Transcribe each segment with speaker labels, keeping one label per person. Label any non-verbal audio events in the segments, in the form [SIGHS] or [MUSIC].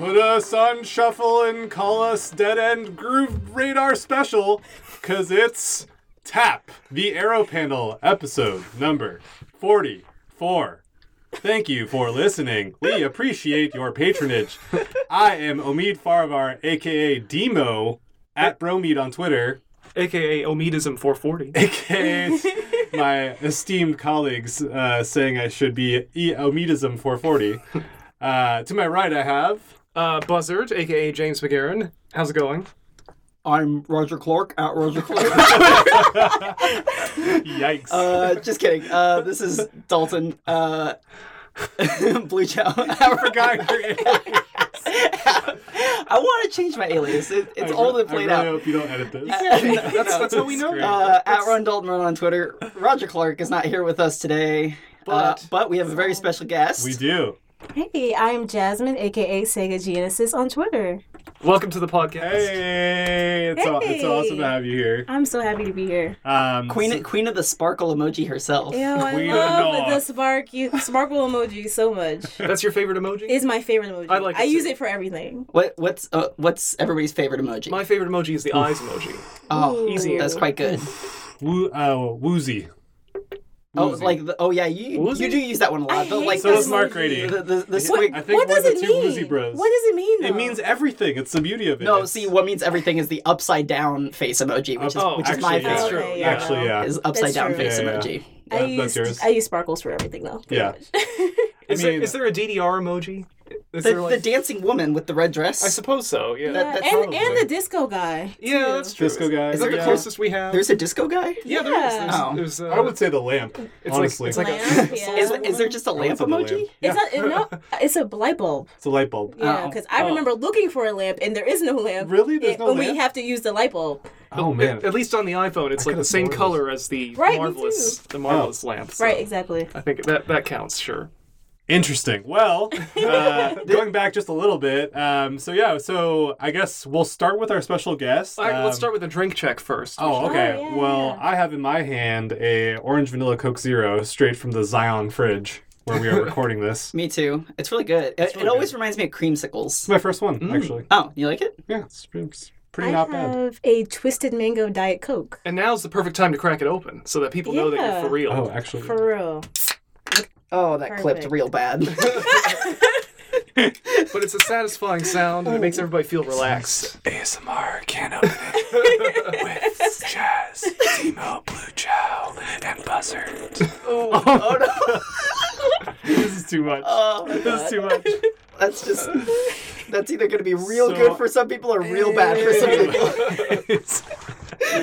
Speaker 1: us on Shuffle and call us Dead End Groove Radar Special, because it's Tap, the Arrow Panel, episode number 44. Thank you for listening. We appreciate your patronage. I am Omid Farvar, aka Demo, at Bromede on Twitter,
Speaker 2: aka Omidism 440.
Speaker 1: aka my esteemed colleagues uh, saying I should be e- Omidism 440. Uh, to my right, I have.
Speaker 2: Uh, Buzzard, aka James McGarren. How's it going?
Speaker 3: I'm Roger Clark at [LAUGHS] Roger Clark.
Speaker 1: Yikes.
Speaker 3: uh, just kidding. Uh, this is Dalton. Uh, [LAUGHS] Blue Chow. [LAUGHS] I
Speaker 1: [LAUGHS] Forgot your alias.
Speaker 3: want to change my alias. It, it's all been played
Speaker 1: I really
Speaker 3: out. [LAUGHS]
Speaker 1: hope you don't edit this.
Speaker 2: That's, that's how we know.
Speaker 1: great.
Speaker 2: Uh,
Speaker 3: Uh, at Ron Dalton Run on Twitter. Roger Clark is not here with us today, but,
Speaker 2: But-
Speaker 3: but we have a very special guest.
Speaker 1: We do.
Speaker 4: Hey, I'm Jasmine, aka Sega Genesis on Twitter.
Speaker 2: Welcome to the podcast.
Speaker 1: Hey, it's, aw- it's
Speaker 4: Hey.
Speaker 1: awesome to have you here.
Speaker 4: I'm so happy to be here.
Speaker 1: Um,
Speaker 3: Queen, Queen of the Sparkle emoji herself.
Speaker 4: Ew, I
Speaker 1: Queen of
Speaker 4: love
Speaker 1: Nog.
Speaker 4: the spark sparkle emoji so much.
Speaker 2: That's your favorite emoji?
Speaker 4: It's my favorite emoji.
Speaker 2: I like it
Speaker 4: I use
Speaker 2: too.
Speaker 4: it for everything.
Speaker 3: What, what's uh, what's everybody's favorite emoji?
Speaker 2: My favorite emoji is the eyes emoji.
Speaker 3: oh,
Speaker 4: Easy.
Speaker 3: that's quite good.
Speaker 1: woo, uh, woozy.
Speaker 3: Oh,
Speaker 1: Woozy.
Speaker 3: like the, oh yeah, you
Speaker 2: Woozy?
Speaker 3: you do use that one a lot.
Speaker 4: I
Speaker 3: but
Speaker 4: hate
Speaker 3: like
Speaker 1: So
Speaker 4: this
Speaker 1: does Mark Grady.
Speaker 3: the, the, the, the
Speaker 4: What,
Speaker 3: squig-
Speaker 1: I think
Speaker 4: what
Speaker 1: we're
Speaker 4: does
Speaker 1: the
Speaker 4: it
Speaker 1: two
Speaker 4: mean?
Speaker 1: Woozy Bros.
Speaker 4: What does it mean? Though?
Speaker 1: It means everything. It's the beauty of it.
Speaker 3: No,
Speaker 1: It's-
Speaker 3: see, what means everything is the upside down face emoji, which is
Speaker 2: Oh,
Speaker 3: which is
Speaker 1: actually,
Speaker 3: my
Speaker 1: yeah.
Speaker 2: That's
Speaker 3: favorite.
Speaker 2: true.
Speaker 4: Okay,
Speaker 2: yeah.
Speaker 1: Actually, yeah.
Speaker 3: Is upside
Speaker 4: That's
Speaker 3: down
Speaker 4: true.
Speaker 3: face
Speaker 1: Yeah, yeah,
Speaker 3: emoji.
Speaker 4: I
Speaker 1: That- that's
Speaker 4: use
Speaker 1: yours.
Speaker 4: I use sparkles for everything though. pretty
Speaker 1: Yeah.
Speaker 4: much.
Speaker 2: Is,
Speaker 1: mean-
Speaker 2: there, is there a DDR emoji? Is
Speaker 3: The,
Speaker 2: there like,
Speaker 3: the dancing woman with the red dress.
Speaker 2: I suppose so, yeah.
Speaker 3: That- that's
Speaker 4: and and
Speaker 1: probably-
Speaker 4: the disco guy.
Speaker 2: yeah,
Speaker 4: too.
Speaker 2: that's true.
Speaker 1: Disco guy.
Speaker 3: Is
Speaker 2: Is that
Speaker 1: yeah.
Speaker 2: the closest we have?
Speaker 3: There's a disco guy.
Speaker 2: yeah, there is.
Speaker 4: Yeah.
Speaker 2: There's,
Speaker 3: Oh.
Speaker 2: there's, uh,
Speaker 1: I would say the lamp.
Speaker 2: it's
Speaker 1: honestly,
Speaker 2: like, it's like
Speaker 4: Lamp,
Speaker 2: a,
Speaker 4: yeah.
Speaker 3: Is, is there just a lamp
Speaker 1: it's a lamp.
Speaker 3: emoji?
Speaker 1: Yeah.
Speaker 4: It's not it, no. It's a light bulb.
Speaker 1: It's a light bulb.
Speaker 4: Yeah,
Speaker 3: Oh.
Speaker 4: because I remember looking for a lamp and there is no lamp.
Speaker 1: Really? There's
Speaker 4: And-
Speaker 1: no
Speaker 4: but
Speaker 1: lamp?
Speaker 4: We have to use the light bulb.
Speaker 1: Oh man.
Speaker 2: At least on the iPhone, it's like
Speaker 1: could've Oh.
Speaker 2: the
Speaker 1: sworn
Speaker 2: same
Speaker 1: it was-
Speaker 2: color as the
Speaker 4: Right, me
Speaker 2: marvelous, the marvelous lamp. so
Speaker 4: Right. Exactly.
Speaker 2: I think that that counts. Sure.
Speaker 1: Interesting.
Speaker 3: [LAUGHS]
Speaker 1: Well, uh, going back just a little bit. Um, so yeah. So I guess we'll start with our special guest.
Speaker 2: All right, let's
Speaker 1: Um,
Speaker 2: start with the drink check first.
Speaker 1: Oh, okay.
Speaker 4: Oh, yeah,
Speaker 1: well,
Speaker 4: yeah.
Speaker 1: I have in my hand a orange vanilla Coke Zero straight from the Zion fridge where we are recording this. It's
Speaker 3: Me too. It's really good. It, it always reminds me of creamsicles.
Speaker 1: my first one, actually.
Speaker 3: Oh, you like it?
Speaker 1: Yeah, it's, it's pretty
Speaker 4: I
Speaker 1: not bad.
Speaker 4: have a twisted mango diet coke.
Speaker 2: And now's the perfect time to crack it open so that people know that you're
Speaker 4: Yeah.
Speaker 2: for real.
Speaker 1: Oh, actually.
Speaker 4: For real.
Speaker 3: Oh, that clipped
Speaker 4: Perfect.
Speaker 3: real bad.
Speaker 2: But it's a satisfying sound and it makes everybody feel relaxed.
Speaker 1: ASMR can open [LAUGHS] with Jazz, Timo, Blue Child, and Buzzard.
Speaker 3: [LAUGHS] oh [LAUGHS] no,
Speaker 1: This is too much. [LAUGHS]
Speaker 3: Oh,
Speaker 1: this is too much.
Speaker 3: that's just that's either going to be real
Speaker 1: So-
Speaker 3: good for some people or real bad for some people. [LAUGHS]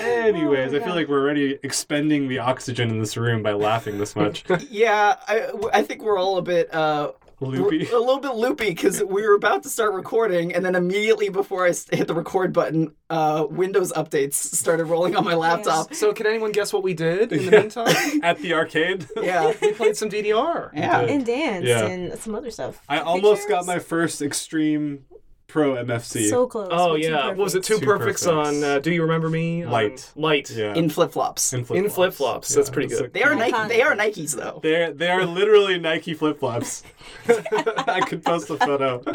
Speaker 1: Anyways, I feel like we're already expending the oxygen in this room by laughing this much.
Speaker 3: Yeah, I, I think we're all a bit uh,
Speaker 1: Loopy.
Speaker 3: a little bit loopy because we were about to start recording, and then immediately before I s- hit the record button, uh, Windows updates started rolling on my laptop.
Speaker 2: So, can anyone guess what we did in the meantime?
Speaker 1: At the arcade.
Speaker 3: Yeah,
Speaker 2: [LAUGHS] We played some DDR.
Speaker 3: yeah.
Speaker 4: And dance
Speaker 1: Yeah.
Speaker 4: and some other stuff.
Speaker 1: I almost got my first extreme pro MFC.
Speaker 4: So close.
Speaker 2: Oh,
Speaker 4: We're too
Speaker 2: yeah. What was it? Two,
Speaker 4: perfect.
Speaker 1: Two
Speaker 2: perfects,
Speaker 1: perfects.
Speaker 2: on uh, Do You Remember Me? On
Speaker 1: Light.
Speaker 2: light.
Speaker 1: yeah.
Speaker 3: In flip flops,
Speaker 2: in flip-flops. That's pretty
Speaker 1: it's like-
Speaker 2: good.
Speaker 3: they are
Speaker 4: Iconic.
Speaker 3: Nike. They are Nikes though.
Speaker 1: They're they are literally Nike flip
Speaker 4: [LAUGHS]
Speaker 1: flops. [LAUGHS] I could post a photo uh,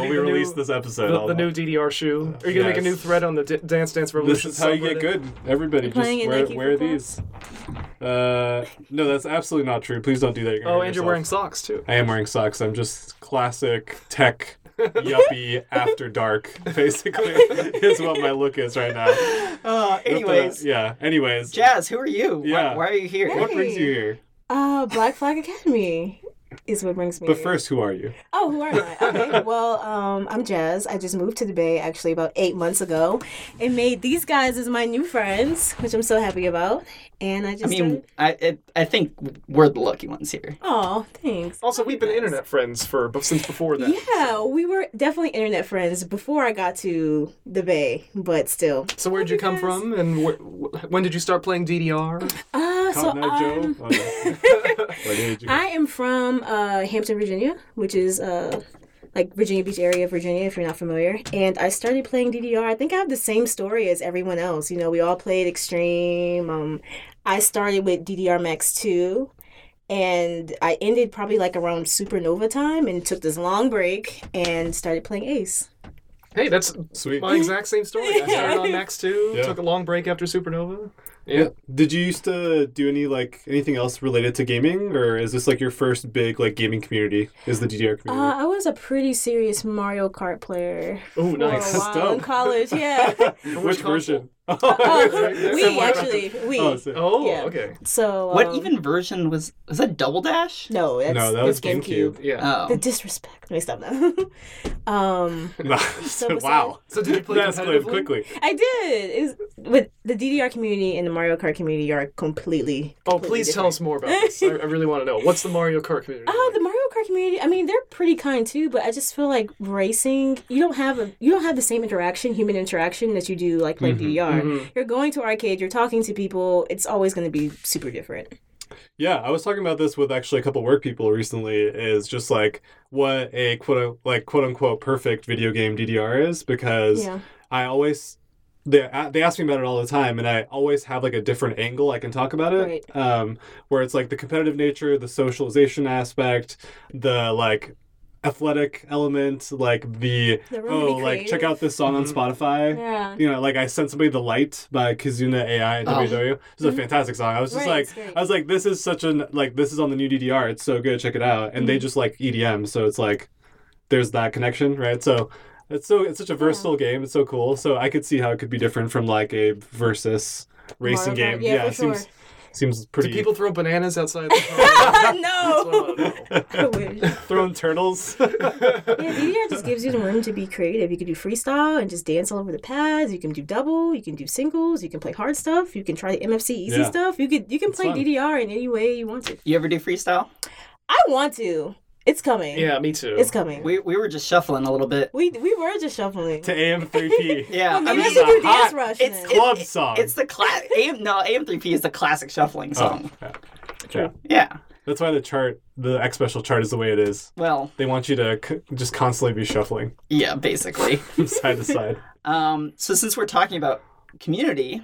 Speaker 1: when we
Speaker 2: be the new-
Speaker 1: release this episode.
Speaker 2: The,
Speaker 1: I'll-
Speaker 2: the new DDR shoe. Are you gonna make a
Speaker 1: Yes.
Speaker 2: new thread on the D- Dance Dance
Speaker 1: This
Speaker 2: Revolution?
Speaker 1: is how you get
Speaker 2: subreddit?
Speaker 1: good. Everybody just
Speaker 4: playing in
Speaker 1: wear,
Speaker 4: Nike
Speaker 1: wear
Speaker 4: flip
Speaker 1: these. Uh, no, that's absolutely not true. Please don't do that. You're gonna
Speaker 2: Oh,
Speaker 1: hurt
Speaker 2: and you're
Speaker 1: yourself.
Speaker 2: wearing socks too.
Speaker 1: I am wearing socks. I'm just classic
Speaker 2: [LAUGHS]
Speaker 1: tech yuppie after dark. Basically, is what my look is right now.
Speaker 3: Uh, anyways,
Speaker 1: yeah. Anyways,
Speaker 3: Jazz, who are you?
Speaker 1: Yeah.
Speaker 3: Why, why are you here?
Speaker 1: what brings you here?
Speaker 4: Uh, Black Flag Academy is what brings me.
Speaker 1: But
Speaker 4: here.
Speaker 1: first, who are you?
Speaker 4: Oh, who am I?
Speaker 1: [LAUGHS]
Speaker 4: Okay, well, um, I'm Jazz. I just moved to the Bay actually about eight months ago, and made these guys as my new friends, which I'm so happy about. And I just.
Speaker 3: I mean, I it, I think we're the lucky ones here.
Speaker 4: Oh, thanks.
Speaker 2: Also, we've been internet friends for since before
Speaker 1: [LAUGHS]
Speaker 2: that.
Speaker 4: Yeah, we were definitely internet friends before I got to the Bay, but still.
Speaker 2: So, where'd you come from, and wh- wh- when did you start playing DDR?
Speaker 4: Uh, so
Speaker 1: Cotton Eye Joe?
Speaker 4: I'm,
Speaker 1: Oh, no. [LAUGHS] Where did you-
Speaker 4: [LAUGHS] I am from uh, Hampton, Virginia, which is uh, like Virginia Beach area of Virginia, if you're not familiar. And I started playing DDR. I think I have the same story as everyone else. You know, we all played Extreme. Um, I started with DDR Max 2. and I ended probably like around Supernova time and took this long break and started playing Ace.
Speaker 2: Hey, that's
Speaker 1: Sweet.
Speaker 4: [LAUGHS]
Speaker 2: my exact same story. I started on Max 2,
Speaker 1: Yeah.
Speaker 2: took a long break after Supernova.
Speaker 1: Yeah. Did you used to do any like anything else related to gaming, or is this like your first big like gaming community? Is the DDR
Speaker 4: Uh,
Speaker 1: community?
Speaker 4: I was a pretty serious Mario Kart player
Speaker 2: Oh,
Speaker 4: for
Speaker 2: nice.
Speaker 4: a while
Speaker 1: Dope.
Speaker 4: in
Speaker 1: [LAUGHS]
Speaker 4: college. Yeah.
Speaker 2: [LAUGHS]
Speaker 1: Which
Speaker 2: console? Uh,
Speaker 1: version? [LAUGHS] Oh,
Speaker 4: oh, we
Speaker 2: Similar.
Speaker 4: actually
Speaker 1: [LAUGHS]
Speaker 4: we.
Speaker 1: oh, sick.
Speaker 2: [LAUGHS] Oh,
Speaker 4: Yeah.
Speaker 2: okay.
Speaker 4: So
Speaker 3: What
Speaker 4: um,
Speaker 3: even version was was that Double Dash?
Speaker 4: No, that's,
Speaker 1: No, that
Speaker 4: that's
Speaker 1: was
Speaker 4: GameCube.
Speaker 2: Yeah.
Speaker 4: The
Speaker 3: Oh,
Speaker 4: [LAUGHS] disrespect. Let me stop now. [LAUGHS] um,
Speaker 1: Nah, [LAUGHS]
Speaker 4: Somerset.
Speaker 1: wow.
Speaker 2: [LAUGHS] so did you play
Speaker 1: That escalated
Speaker 2: competitively?
Speaker 1: quickly.
Speaker 4: I did. Is with the DDR community and the Mario Kart community are completely.
Speaker 2: Oh,
Speaker 4: completely
Speaker 2: please
Speaker 4: different.
Speaker 2: tell us more about this. I, I really want to know. What's the Mario Kart community?
Speaker 4: Oh, the Mario Kart community. I mean, they're pretty kind too, but I just feel like racing. You don't have a you don't have the same interaction, human interaction that you do like playing DDR. You're going to arcade. You're talking to people. It's always going to be super different.
Speaker 1: Yeah, I was talking about this with actually a couple work people recently. Is just like what a quote like quote unquote perfect video game DDR is because
Speaker 4: Yeah.
Speaker 1: I always they they ask me about it all the time, and I always have like a different angle I can talk about it. Um, where it's like the competitive nature, the socialization aspect, the like athletic element, like the
Speaker 4: The room
Speaker 1: oh
Speaker 4: to be
Speaker 1: like check
Speaker 4: creative. Mm-hmm.
Speaker 1: out this song on
Speaker 2: Mhm.
Speaker 1: Spotify.
Speaker 4: Yeah.
Speaker 1: You know, like I sent somebody the light by Kazuna AI and
Speaker 3: Oh.
Speaker 1: WW. E. This is a fantastic song. I was just
Speaker 4: Mm-hmm. Right,
Speaker 1: like,
Speaker 4: it's great.
Speaker 1: I was like, this is such an like this is on the new DDR. It's so good. Check it out. And they
Speaker 4: Mm-hmm.
Speaker 1: just like EDM, so it's like there's that connection, right? So it's so it's such a versatile game. It's so cool. So I could see how it could be different from like a versus racing
Speaker 4: Mario Kart.
Speaker 1: game.
Speaker 4: Yeah, for
Speaker 1: it seems
Speaker 4: sure.
Speaker 1: seems
Speaker 2: Do
Speaker 1: pretty. [LAUGHS]
Speaker 2: people throw bananas outside
Speaker 4: [LAUGHS]
Speaker 2: the car? That's what I
Speaker 4: [LAUGHS] no.
Speaker 2: want to know.
Speaker 4: [LAUGHS] I wish.
Speaker 1: throwing
Speaker 4: [LAUGHS]
Speaker 1: turtles. [LAUGHS]
Speaker 4: Yeah, DDR just gives you the room to be creative. You can do freestyle and just dance all over the pads. You can do double. You can do singles. You can play hard stuff. You can try the MFC easy
Speaker 1: Yeah.
Speaker 4: stuff. You could you can play
Speaker 1: fun.
Speaker 4: DDR in any way you want to.
Speaker 3: you ever do freestyle?
Speaker 4: I want to. It's coming.
Speaker 2: Yeah, me too.
Speaker 4: it's coming. We
Speaker 3: We we were just shuffling a little bit.
Speaker 4: we, were just shuffling.
Speaker 1: to AM3P.
Speaker 3: Yeah,
Speaker 4: Well, maybe
Speaker 1: I
Speaker 4: I
Speaker 1: mean,
Speaker 4: should do
Speaker 1: hot.
Speaker 4: dance rush.
Speaker 3: It's-
Speaker 4: then.
Speaker 3: it's-
Speaker 1: Club song.
Speaker 3: It's the class AM no AM3P is the classic
Speaker 1: Oh,
Speaker 3: shuffling song.
Speaker 1: yeah.
Speaker 4: True.
Speaker 3: Yeah.
Speaker 1: That's why the chart, the X special chart, is the way it is.
Speaker 3: Well,
Speaker 1: They want you to c- just constantly be shuffling [LAUGHS]
Speaker 3: yeah, basically.
Speaker 1: from side
Speaker 4: [LAUGHS]
Speaker 1: to side.
Speaker 3: um, so since we're talking about community,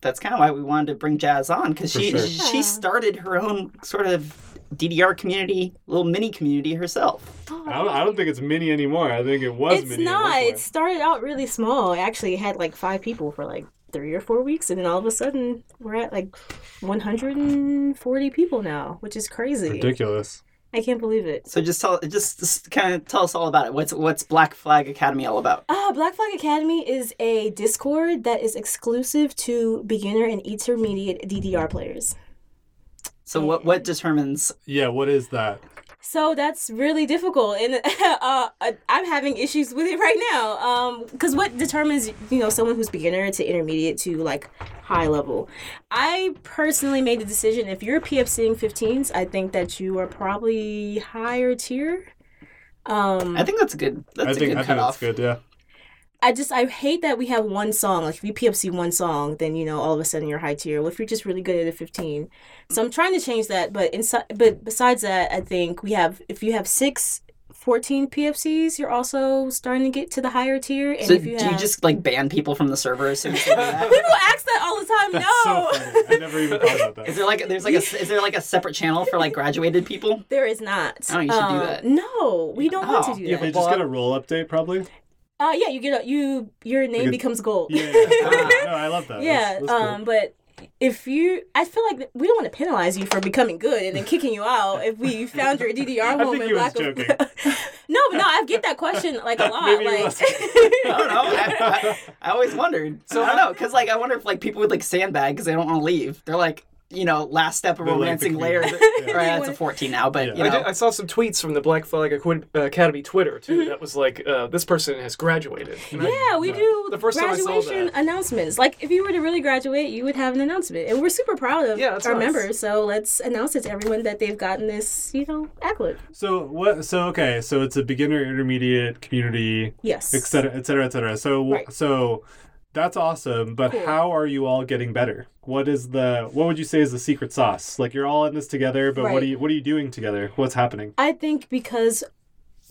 Speaker 3: that's kind of why we wanted to bring Jazz on because she
Speaker 1: sure.
Speaker 3: she started her own sort of DDR community, little mini community herself.
Speaker 1: I don't, I don't think it's mini anymore. I think it was
Speaker 4: It's
Speaker 1: mini. at one
Speaker 4: not.
Speaker 1: point.
Speaker 4: It started out really small. I actually had like five people for like three or four weeks, and then all of a sudden we're at like 140 people now, which is crazy.
Speaker 1: ridiculous.
Speaker 4: I can't believe it.
Speaker 3: So just tell just, just kind of tell us all about it. What's what's Black Flag Academy all about?
Speaker 4: Ah, Black Flag Academy is a Discord that is exclusive to beginner and intermediate DDR players.
Speaker 3: So what what determines?
Speaker 1: Yeah, what is that?
Speaker 4: So that's really difficult, and [LAUGHS] uh, I'm having issues with it right now. Because what determines, you know, someone who's beginner to intermediate to like high level? I personally made the decision if you're PFCing 15s, I think that you are probably higher tier. Um,
Speaker 3: I think that's a good that's
Speaker 1: Hmm. I
Speaker 3: a
Speaker 1: think
Speaker 3: good
Speaker 1: I think that's
Speaker 3: cutoff.
Speaker 1: good. Yeah,
Speaker 4: I just I hate that we have one song. Like if you PFC one song, then you know all of a sudden you're high tier. Well, if you're just really good at a fifteen, so I'm trying to change that. But inside, but besides that, I think we have if you have six. 14 PFCs, you're also starting to get to the higher tier. And
Speaker 3: So
Speaker 4: if you
Speaker 3: do
Speaker 4: have,
Speaker 3: you just like ban people from the server as soon as they do that?
Speaker 4: [LAUGHS] people ask that all the time. no,
Speaker 1: so funny. I never even thought about
Speaker 3: [LAUGHS] Is
Speaker 1: that.
Speaker 3: there like there's like a is there like a separate channel for like graduated people?
Speaker 4: [LAUGHS] there is not.
Speaker 3: Oh, you should do
Speaker 4: Um,
Speaker 3: that.
Speaker 4: No, we don't want to
Speaker 3: Oh,
Speaker 4: do
Speaker 1: Yeah,
Speaker 4: that.
Speaker 1: they just got a roll update
Speaker 3: [LAUGHS]
Speaker 1: probably.
Speaker 4: Uh, yeah, you get a, you your
Speaker 1: Because-
Speaker 4: name becomes gold. [LAUGHS]
Speaker 1: Yeah, yeah,
Speaker 3: Ah.
Speaker 1: yeah. no, I love that.
Speaker 4: Yeah,
Speaker 1: That's- that's cool.
Speaker 4: um, but if you, I feel like we don't want to penalize you for becoming good and then kicking you out if we found your DDR
Speaker 1: I
Speaker 4: home
Speaker 1: think
Speaker 4: in
Speaker 1: he was
Speaker 4: black. [LAUGHS]
Speaker 1: joking.
Speaker 4: no, but no, I get that question like a lot.
Speaker 1: Maybe he
Speaker 4: like, [LAUGHS]
Speaker 1: was.
Speaker 3: I don't know. I, I, I always wondered. So I don't know because like I wonder if like people would like sandbag because they don't want to leave. They're like you know last step of
Speaker 1: They like the
Speaker 3: romancing later.
Speaker 1: community. [LAUGHS] Yeah.
Speaker 3: Right, it's a fourteen now, but
Speaker 1: Yeah.
Speaker 3: you
Speaker 2: I,
Speaker 3: know.
Speaker 2: did, I saw some tweets from the Black Flag Acqui- Academy Twitter too. That was like, uh, this person has graduated. And I-
Speaker 4: Mm-hmm. yeah, we do
Speaker 2: The first time I saw
Speaker 4: graduation
Speaker 2: that.
Speaker 4: announcements. Like, if you were to really graduate, you would have an announcement, and we're super proud of
Speaker 2: Yeah, that's
Speaker 4: our
Speaker 2: nice.
Speaker 4: members. So let's announce it to everyone that they've gotten this, you know, accolade.
Speaker 1: So what? So okay, so it's a beginner, intermediate community,
Speaker 4: Yes.
Speaker 1: et cetera, et cetera, et cetera. So
Speaker 4: Right.
Speaker 1: so that's awesome. But
Speaker 4: Cool.
Speaker 1: how are you all getting better? What is the what would you say is the secret sauce? Like you're all in this together, but what
Speaker 4: Right.
Speaker 1: are you what are you doing together? What's happening?
Speaker 4: I think because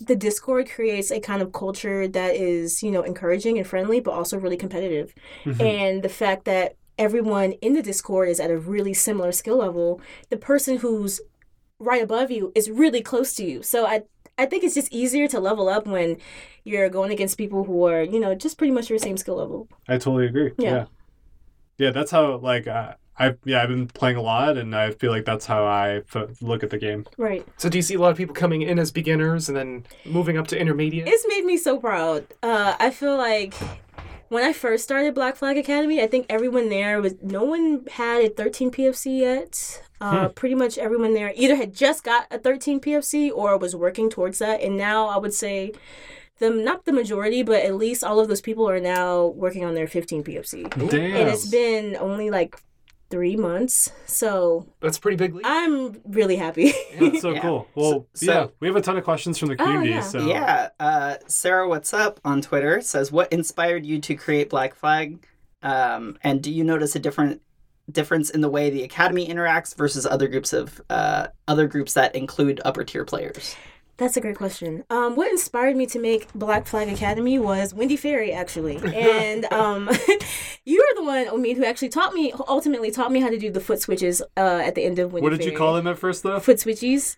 Speaker 4: the Discord creates a kind of culture that is, you know, encouraging and friendly, but also really competitive. And the fact that everyone in the Discord is at a really similar skill level, the person who's right above you is really close to you. So I I think it's just easier to level up when you're going against people who are, you know, just pretty much your same skill level.
Speaker 1: I totally agree.
Speaker 4: Yeah.
Speaker 1: Yeah. Yeah, that's how like uh, I yeah, I've been playing a lot and I feel like that's how I f- look at the game.
Speaker 4: Right.
Speaker 2: So do you see a lot of people coming in as beginners and then moving up to intermediate?
Speaker 4: It's made me so proud. Uh, I feel like when I first started Black Flag Academy, I think everyone there was no one had a 13 PFC yet. Uh, Pretty much everyone there either had just got a 13 PFC or was working towards that. And now I would say, the not the majority, but at least all of those people are now working on their 15 PFC.
Speaker 1: Damn.
Speaker 4: And it's been only like three months, so
Speaker 2: That's a pretty big leap. [LAUGHS]
Speaker 4: I'm really happy.
Speaker 1: [LAUGHS]
Speaker 4: [LAUGHS]
Speaker 1: That's so
Speaker 3: Yeah.
Speaker 1: cool. Well,
Speaker 3: So-
Speaker 1: yeah, we have a ton of questions from the
Speaker 4: Oh,
Speaker 1: community.
Speaker 4: yeah.
Speaker 1: So
Speaker 3: Yeah. Uh, Sarah, what's up on Twitter says, "What inspired you to create Black Flag? Um, and do you notice a different difference in the way the academy interacts versus other groups of uh, other groups that include upper tier players?"
Speaker 4: That's a great question. Um, what inspired me to make Black Flag Academy was Wendy Ferry, actually,
Speaker 2: [LAUGHS]
Speaker 4: and um, [LAUGHS] you are the one, Omid, who actually taught me, who ultimately taught me how to do the foot switches uh, at the end of Wendy.
Speaker 1: what did you call them at first though?
Speaker 4: Foot switches.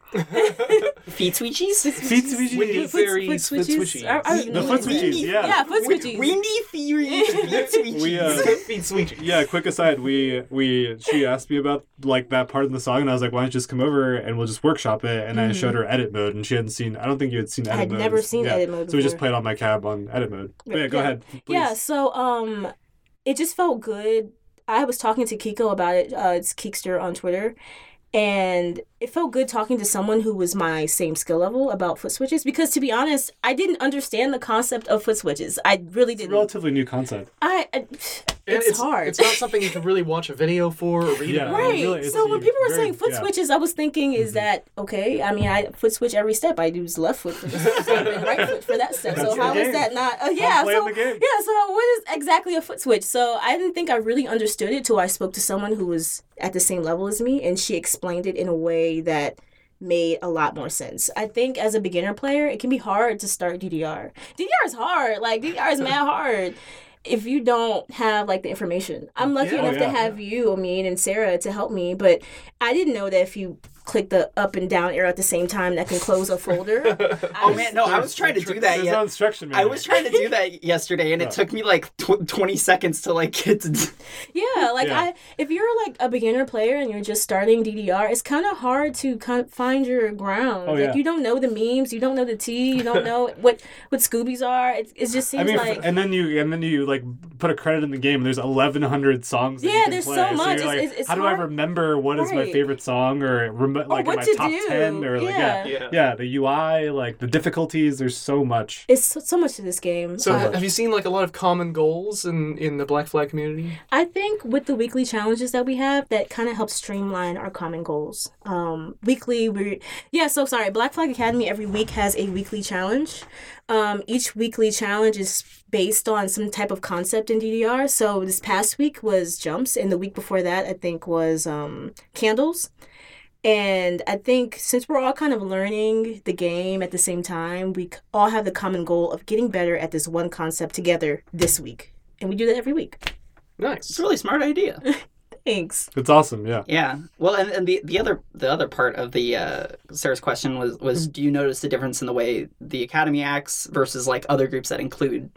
Speaker 3: Feet switchies.
Speaker 1: Feet switches.
Speaker 2: Wendy Ferry foot switches.
Speaker 4: I- I don't
Speaker 1: The
Speaker 4: know.
Speaker 1: foot switches, yeah.
Speaker 4: Yeah, foot switches.
Speaker 3: Windy Fury
Speaker 4: [LAUGHS]
Speaker 3: feet switchies.
Speaker 1: We, uh,
Speaker 2: Feet switches.
Speaker 1: Yeah, quick aside, we we she asked me about like that part of the song and I was like, why don't you just come over and we'll just workshop it and I showed her edit mode and she hadn't seen I don't think you had seen edit
Speaker 4: had
Speaker 1: mode.
Speaker 4: Mm-hmm. never seen
Speaker 1: Yeah.
Speaker 4: edit mode
Speaker 1: So we just
Speaker 4: before.
Speaker 1: played on my cab on edit mode. But yeah, go
Speaker 4: Yeah.
Speaker 1: ahead. Please.
Speaker 4: Yeah, so um it just felt good. I was talking to Kiko about it. Uh, it's Keekster on Twitter. And it felt good talking to someone who was my same skill level about foot switches because to be honest, I didn't understand the concept of foot switches. I really didn't.
Speaker 1: Relatively new concept.
Speaker 4: I, [SIGHS] I
Speaker 2: And
Speaker 4: it's, hard.
Speaker 2: It's not something you can really watch a video for or read
Speaker 1: Yeah.
Speaker 2: about.
Speaker 4: Right.
Speaker 1: really is
Speaker 4: so when
Speaker 1: the-
Speaker 4: people were
Speaker 1: very-
Speaker 4: saying foot
Speaker 1: yeah. Mm-hmm.
Speaker 4: switches, I was thinking, is that okay? I mean, I foot switch every step. I use left foot for this step and right foot for that step.
Speaker 1: That's
Speaker 4: so
Speaker 1: your
Speaker 4: how is
Speaker 1: game.
Speaker 4: that not? Uh, yeah.
Speaker 1: playing
Speaker 4: So
Speaker 1: the game.
Speaker 4: yeah. So what is exactly a foot switch? So I didn't think I really understood it till I spoke to someone who was at the same level as me, and she explained it in a way that made a lot more sense. I think as a beginner player, it can be hard to start DDR. DDR is hard. Like DDR is mad hard. If you don't have like the information, I'm lucky
Speaker 2: Yeah.
Speaker 4: enough
Speaker 1: Oh,
Speaker 4: to
Speaker 1: yeah.
Speaker 4: have you, Amin, and Sarah to help me. But I didn't know that if you click the up and down arrow at the same time, that can close
Speaker 1: [LAUGHS]
Speaker 4: a folder. I
Speaker 3: Oh
Speaker 4: was-
Speaker 3: man, no, I was trying to do that.
Speaker 1: There's
Speaker 3: Yeah.
Speaker 1: no instruction
Speaker 3: I
Speaker 1: manual.
Speaker 3: was trying to do that yesterday, and it took me like tw- twenty seconds to like get to.
Speaker 4: Yeah, like
Speaker 1: Yeah.
Speaker 4: I, if you're like a beginner player and you're just starting DDR, it's kind of hard to kind of find your ground.
Speaker 1: Oh,
Speaker 4: like
Speaker 1: yeah.
Speaker 4: you don't know the memes, you don't know the tea,
Speaker 1: [LAUGHS]
Speaker 4: you don't know what what Scoobies are. It, it just seems
Speaker 1: I mean, f-
Speaker 4: like
Speaker 1: and then you and then you like put a credit in the game. And there's 1,100 songs. that you
Speaker 4: Yeah,
Speaker 1: can
Speaker 4: there's so
Speaker 1: play.
Speaker 4: much.
Speaker 1: you're
Speaker 4: It's-
Speaker 1: like,
Speaker 4: it's- it's
Speaker 1: how
Speaker 4: hard.
Speaker 1: do I remember what is
Speaker 4: Right. Oh,
Speaker 1: my favorite song or rem- like
Speaker 4: what
Speaker 1: my
Speaker 4: to
Speaker 1: top
Speaker 4: do.
Speaker 1: ten or like yeah.
Speaker 4: Yeah.
Speaker 1: yeah, the UI, like the difficulties. There's so much.
Speaker 4: it's so, so much to this game.
Speaker 2: So
Speaker 4: Uh,
Speaker 2: have you seen like a lot of common goals in in the Black Flag community?
Speaker 4: I think with the weekly challenges that we have, that kind of helps streamline our common goals. Um, weekly, we're yeah. So sorry, Black Flag Academy every week has a weekly challenge. Um, each weekly challenge is based on some type of concept in DDR. So this past week was jumps, and the week before that, I think was um, candles. And I think since we're all kind of learning the game at the same time, we c- all have the common goal of getting better at this one concept together this week. And we do that every week.
Speaker 3: It's
Speaker 2: Nice.
Speaker 3: a really smart
Speaker 4: [LAUGHS]
Speaker 3: idea.
Speaker 4: Thanks.
Speaker 1: It's awesome. Yeah.
Speaker 3: Yeah. Well, and, and the, the other the other part of the uh, Sarah's question was was
Speaker 4: Mm-hmm.
Speaker 3: do you notice the difference in the way the academy acts versus like other groups that include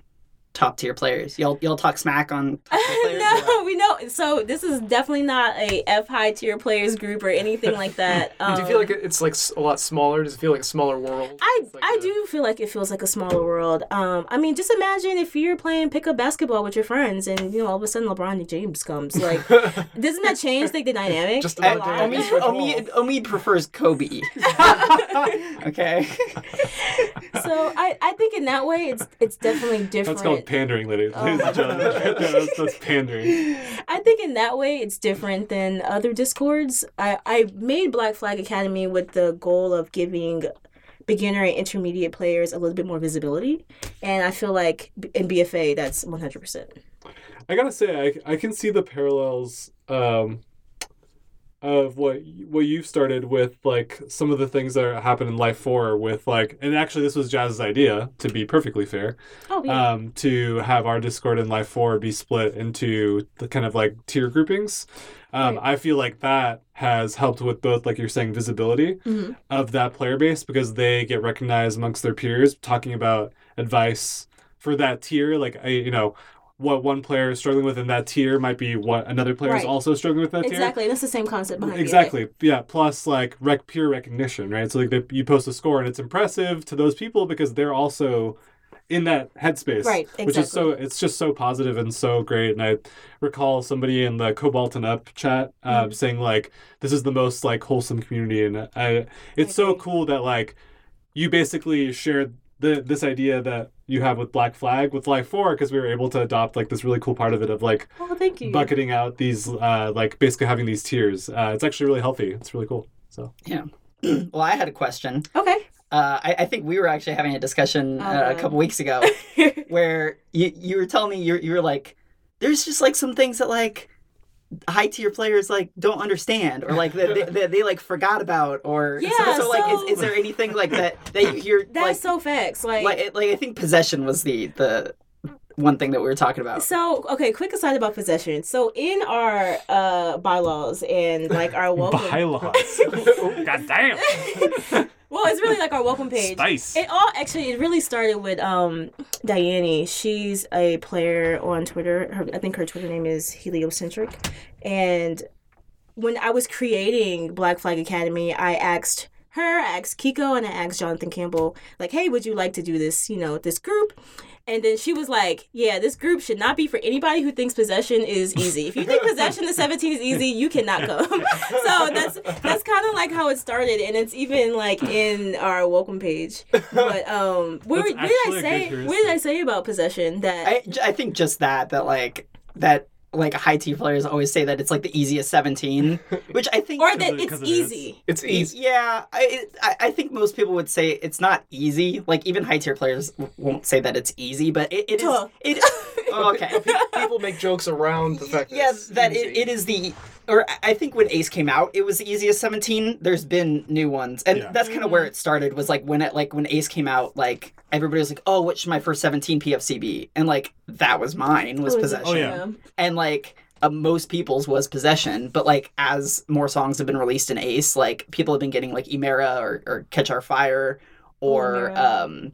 Speaker 3: top tier players? Y'all y'all talk smack
Speaker 4: [LAUGHS]
Speaker 3: on top tier players.
Speaker 4: no, we know. So this is definitely not a F high tier players group or anything
Speaker 2: [LAUGHS]
Speaker 4: like that. Um,
Speaker 2: do you feel like it's like s- a lot smaller? Does it feel like a smaller world?
Speaker 4: I,
Speaker 2: It's like
Speaker 4: I
Speaker 2: a-
Speaker 4: do feel like it feels like a smaller world. Um, I mean, just imagine if you're playing pickup basketball with your friends, and you know all of a sudden LeBron James comes.
Speaker 2: [LAUGHS]
Speaker 4: Like, doesn't that change like the dynamic?
Speaker 2: Just
Speaker 4: a
Speaker 2: another
Speaker 4: lot?
Speaker 2: day.
Speaker 3: Omid, Omid, Omid prefers Kobe.
Speaker 4: [LAUGHS]
Speaker 3: [LAUGHS] okay. [LAUGHS]
Speaker 4: So I, I think in that way, it's it's definitely different.
Speaker 1: That's called pandering, ladies,
Speaker 4: Oh
Speaker 1: ladies
Speaker 4: my
Speaker 1: and
Speaker 4: [LAUGHS]
Speaker 1: gentlemen. that's, that's pandering.
Speaker 4: I think in that way it's different than other discords. I, I made Black Flag Academy with the goal of giving beginner and intermediate players a little bit more visibility. And I feel like b- in BFA that's 100%.
Speaker 1: I gotta say, I, I can see the parallels um, of what what you've started with, like some of the things that happen in life four, with like, and actually this was Jazz's idea. To be perfectly fair,
Speaker 4: Oh yeah.
Speaker 1: um, to have our Discord and Life 4 be split into the kind of like tier groupings. Um, I feel like that has helped with both, like you're saying, visibility
Speaker 4: Mhm.
Speaker 1: of that player base because they get recognized amongst their peers talking about advice for that tier. Like, I, you know, what one player is struggling with in that tier might be what another player is
Speaker 4: Right.
Speaker 1: also struggling with in that tier.
Speaker 4: Exactly. That's the same concept behind it.
Speaker 1: Exactly. Yeah. Plus, like rec- peer recognition, right? So like they, you post a score and it's impressive to those people because they're also in that headspace,
Speaker 4: Right,
Speaker 1: Which is so it's just so positive and so great. And I recall somebody in the Cobalt and Up chat um, saying like, "This is the most like wholesome community," and I, it's so
Speaker 4: agree.
Speaker 1: cool that like you basically shared the this idea that you have with Black Flag with Life Four because we were able to adopt like this really cool part of it of like
Speaker 4: Oh, thank you.
Speaker 1: bucketing out these uh, like basically having these tiers. Uh, it's actually really healthy. It's really cool. So
Speaker 3: well, I had a question.
Speaker 4: Okay. [LAUGHS]
Speaker 3: Uh, I, I think we were actually having a discussion
Speaker 4: Oh,
Speaker 3: uh,
Speaker 4: no.
Speaker 3: a couple weeks
Speaker 4: [LAUGHS]
Speaker 3: ago where you, you were telling me you you were like, there's just like some things that like high tier players like don't understand or like
Speaker 4: [LAUGHS]
Speaker 3: they, they, they, they, like forgot about or so-
Speaker 4: Yeah,
Speaker 3: so, like
Speaker 4: so-
Speaker 3: is, is there anything like that that
Speaker 4: [LAUGHS]
Speaker 3: you hear
Speaker 4: That's
Speaker 3: like,
Speaker 4: so facts. Like,
Speaker 3: like it- like I think possession was the the one thing that we were talking about.
Speaker 4: so okay. Quick aside about possession. So in our uh bylaws and
Speaker 1: [LAUGHS]
Speaker 4: like our welcome.
Speaker 1: bylaws. [LAUGHS] God damn.
Speaker 4: well, it's really like our welcome page.
Speaker 1: Spice.
Speaker 4: It all actually it really started with um Diane. She's a player on Twitter. Her, I think her Twitter name is Heliocentric. And when I was creating Black Flag Academy, I asked her, I asked Kiko, and I asked Jonathan Campbell, like, hey, would you like to do this, you know, this group? And then she was like, yeah, this group should not be for anybody who thinks possession is easy. If you think possession to 17 is easy, you cannot come. [LAUGHS] so that's that's kind of like how it started. And it's even like in our welcome page. But um, where,
Speaker 1: That's
Speaker 4: what did
Speaker 1: actually
Speaker 4: I
Speaker 1: a
Speaker 4: say?
Speaker 1: good
Speaker 4: What did I say about possession that...
Speaker 3: I, j- I think just that that like that like high tier players always say that it's like the easiest 17
Speaker 4: [LAUGHS]
Speaker 3: which i think
Speaker 4: or
Speaker 1: 'Cause
Speaker 4: that
Speaker 1: it-
Speaker 4: it's
Speaker 1: 'cause it is.
Speaker 4: easy.
Speaker 2: It's easy.
Speaker 3: yeah I, it- I i think most people would say it's not easy like even high tier players w- won't say that it's easy but it, it is
Speaker 4: Duh.
Speaker 3: it oh, okay
Speaker 2: People make jokes around the fact that
Speaker 3: yeah
Speaker 2: it's
Speaker 3: that
Speaker 2: easy.
Speaker 3: it, it is the or I- i think when ace came out it was the easiest 17 there's been new ones and
Speaker 1: Yeah.
Speaker 3: that's kind of where it started was like when it like when ace came out like everybody was like oh what should my first 17 pfc be and like that was mine was
Speaker 4: Oh,
Speaker 3: possession
Speaker 1: Oh, yeah.
Speaker 3: and like uh, most people's was possession but like as more songs have been released in ace like people have been getting like emera or, or catch our fire or
Speaker 4: Emera.
Speaker 3: um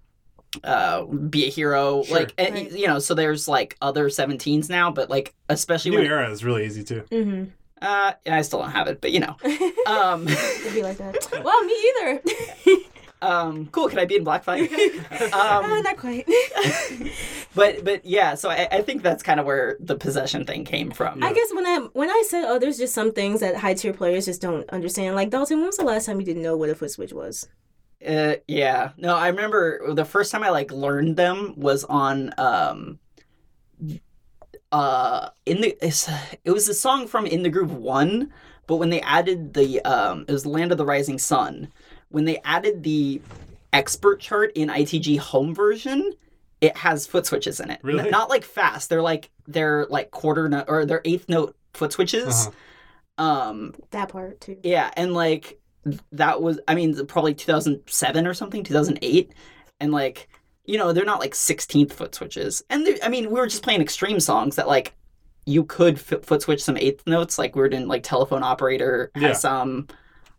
Speaker 3: uh be a hero
Speaker 1: Sure.
Speaker 3: like and,
Speaker 4: Right.
Speaker 3: you know so there's like other 17s now but like especially
Speaker 1: New
Speaker 3: when
Speaker 1: era is really easy too.
Speaker 4: hmm
Speaker 3: uh i still don't have it but you
Speaker 4: [LAUGHS]
Speaker 3: know um
Speaker 4: It'd be like that. Well, me either.
Speaker 3: um cool can i be in black flag
Speaker 4: [LAUGHS] Ah,
Speaker 3: um
Speaker 4: not quite.
Speaker 3: but but yeah so i, I think that's kind of where the possession thing came from
Speaker 4: I guess when I when I said, oh, there's just some things that high tier players just don't understand. Like Dalton, when was the last time you didn't know what a foot switch was?
Speaker 3: Uh, yeah. No, I remember the first time I like learned them was on um uh in the it's, it was a song from In the Groove 1, but when they added the um it was Land of the Rising Sun. When they added the expert chart in ITG home version, it has foot switches in it.
Speaker 1: Really?
Speaker 3: N- Not like fast. They're like they're like quarter note or they're eighth note foot switches.
Speaker 1: Uh-huh.
Speaker 3: Um
Speaker 4: That part too.
Speaker 3: yeah, and like th- that was I mean probably 2007 or something, 2008, and like you know they're not like 16th foot switches, and they- I mean we were just playing extreme songs that like you could fi- foot switch some eighth notes, like we were doing like telephone operator has
Speaker 1: Yeah.
Speaker 3: some,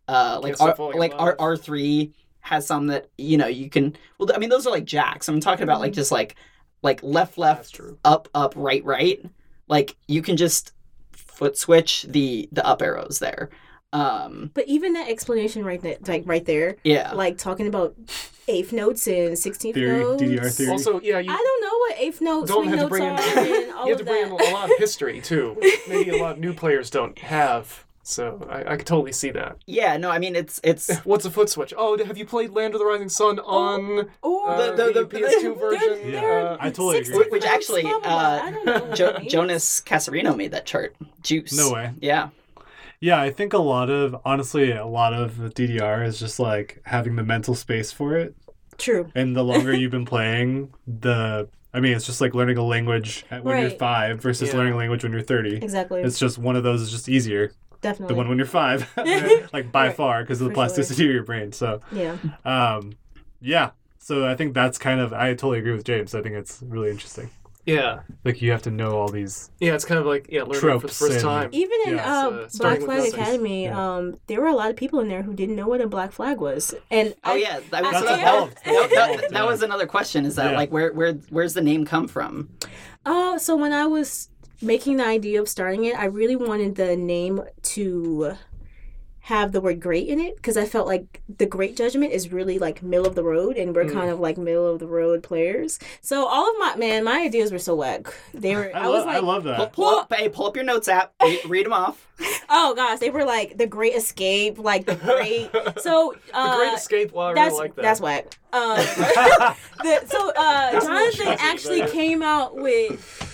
Speaker 3: uh like
Speaker 2: Can't Stop
Speaker 3: R,
Speaker 2: Falling in
Speaker 3: like
Speaker 2: Love.
Speaker 3: R R three has some that you know you can well th- I mean those are like jacks. I'm talking about like just like like left left
Speaker 2: Mm-hmm. That's true.
Speaker 3: up up right right like you can just foot switch the the up arrows there um
Speaker 4: But even that explanation right there, like right there,
Speaker 3: yeah
Speaker 4: like talking about eighth notes and sixteenth
Speaker 1: Theory,
Speaker 4: notes.
Speaker 1: DDR theory.
Speaker 2: Also, yeah, you
Speaker 4: I don't know what eighth notes,
Speaker 2: don't
Speaker 4: swing
Speaker 2: have to
Speaker 4: notes
Speaker 2: bring in. [LAUGHS]
Speaker 4: are, and all
Speaker 2: you have
Speaker 4: of
Speaker 2: to bring in
Speaker 4: that.
Speaker 2: a lot of history too. Maybe a lot of new players don't have. So I, I could totally see that.
Speaker 3: yeah no i mean it's
Speaker 4: [LAUGHS]
Speaker 3: it's
Speaker 2: What's a foot switch? Oh, have you played Land of the Rising Sun on
Speaker 4: [LAUGHS] or
Speaker 2: uh,
Speaker 3: Oh, The-
Speaker 2: the,
Speaker 3: the- [LAUGHS] the-
Speaker 4: [LAUGHS]
Speaker 2: PS2
Speaker 4: they're-
Speaker 2: version?
Speaker 4: they're
Speaker 2: Uh,
Speaker 1: I totally agree.
Speaker 4: 16th
Speaker 3: Which
Speaker 4: notes,
Speaker 3: actually,
Speaker 4: blah, blah,
Speaker 3: uh,
Speaker 4: blah. I don't know what
Speaker 3: jo-
Speaker 4: that means.
Speaker 3: jonas casarino made that chart juice
Speaker 1: No way.
Speaker 3: yeah
Speaker 1: Yeah, I think a lot of honestly, a lot of DDR is just like having the mental space for it.
Speaker 4: True.
Speaker 1: And the longer you've
Speaker 4: [LAUGHS]
Speaker 1: been playing, the I mean, it's just like learning a language at- when you're
Speaker 4: Right.
Speaker 1: five versus
Speaker 2: Yeah.
Speaker 1: learning a language when you're thirty.
Speaker 4: Exactly.
Speaker 1: It's just one of those is just easier.
Speaker 4: Definitely.
Speaker 1: the one when you're
Speaker 4: [LAUGHS]
Speaker 1: five, [LAUGHS] like by
Speaker 4: Right.
Speaker 1: far because of the
Speaker 4: For sure.
Speaker 1: plasticity of your brain. So,
Speaker 4: Yeah.
Speaker 1: um, yeah. So I think that's kind of I totally agree with James. I think it's really interesting.
Speaker 2: Yeah,
Speaker 1: Like you have to know all these.
Speaker 2: yeah. It's kind of like yeah, learning for the
Speaker 1: Tropes
Speaker 2: first
Speaker 1: and-
Speaker 2: time.
Speaker 4: Even in
Speaker 2: Yeah,
Speaker 4: uh,
Speaker 2: so
Speaker 4: Black
Speaker 2: starting with
Speaker 4: Flag
Speaker 2: Nazis.
Speaker 4: Academy,
Speaker 1: Yeah.
Speaker 4: um, there were a lot of people in there who didn't know what a black flag was, and
Speaker 3: Oh
Speaker 4: I-
Speaker 3: yeah, that was,
Speaker 4: That's
Speaker 3: that,
Speaker 4: [LAUGHS]
Speaker 1: evolved.
Speaker 3: that-
Speaker 1: Evolved,
Speaker 3: that-
Speaker 1: yeah.
Speaker 3: that was another question. Is that
Speaker 1: Yeah. Uh,
Speaker 3: like where where where's the name come from?
Speaker 4: Oh, so when I was making the idea of starting it, I really wanted the name to have the word great in it because I felt like the great judgment is really like middle of the road and we're
Speaker 2: Mm.
Speaker 4: kind of like middle of the road players. So all of my man, my ideas were so whack.
Speaker 2: [LAUGHS]
Speaker 4: They were
Speaker 1: I,
Speaker 4: I,
Speaker 1: lo-
Speaker 4: was
Speaker 1: I
Speaker 4: like
Speaker 1: love
Speaker 3: Pull,
Speaker 1: that.
Speaker 3: pull up, hey, pull up your notes app.
Speaker 4: [LAUGHS]
Speaker 3: Read, read them off.
Speaker 4: oh gosh, they were like the great escape, like
Speaker 2: [LAUGHS]
Speaker 4: the great so
Speaker 2: the
Speaker 4: uh
Speaker 2: Great Escape. Well, I
Speaker 4: that's
Speaker 2: really like that.
Speaker 4: that's whack. Um,
Speaker 2: [LAUGHS]
Speaker 4: [LAUGHS] the, so uh, Jonathan
Speaker 2: cheesy,
Speaker 4: actually
Speaker 2: but-
Speaker 4: came out with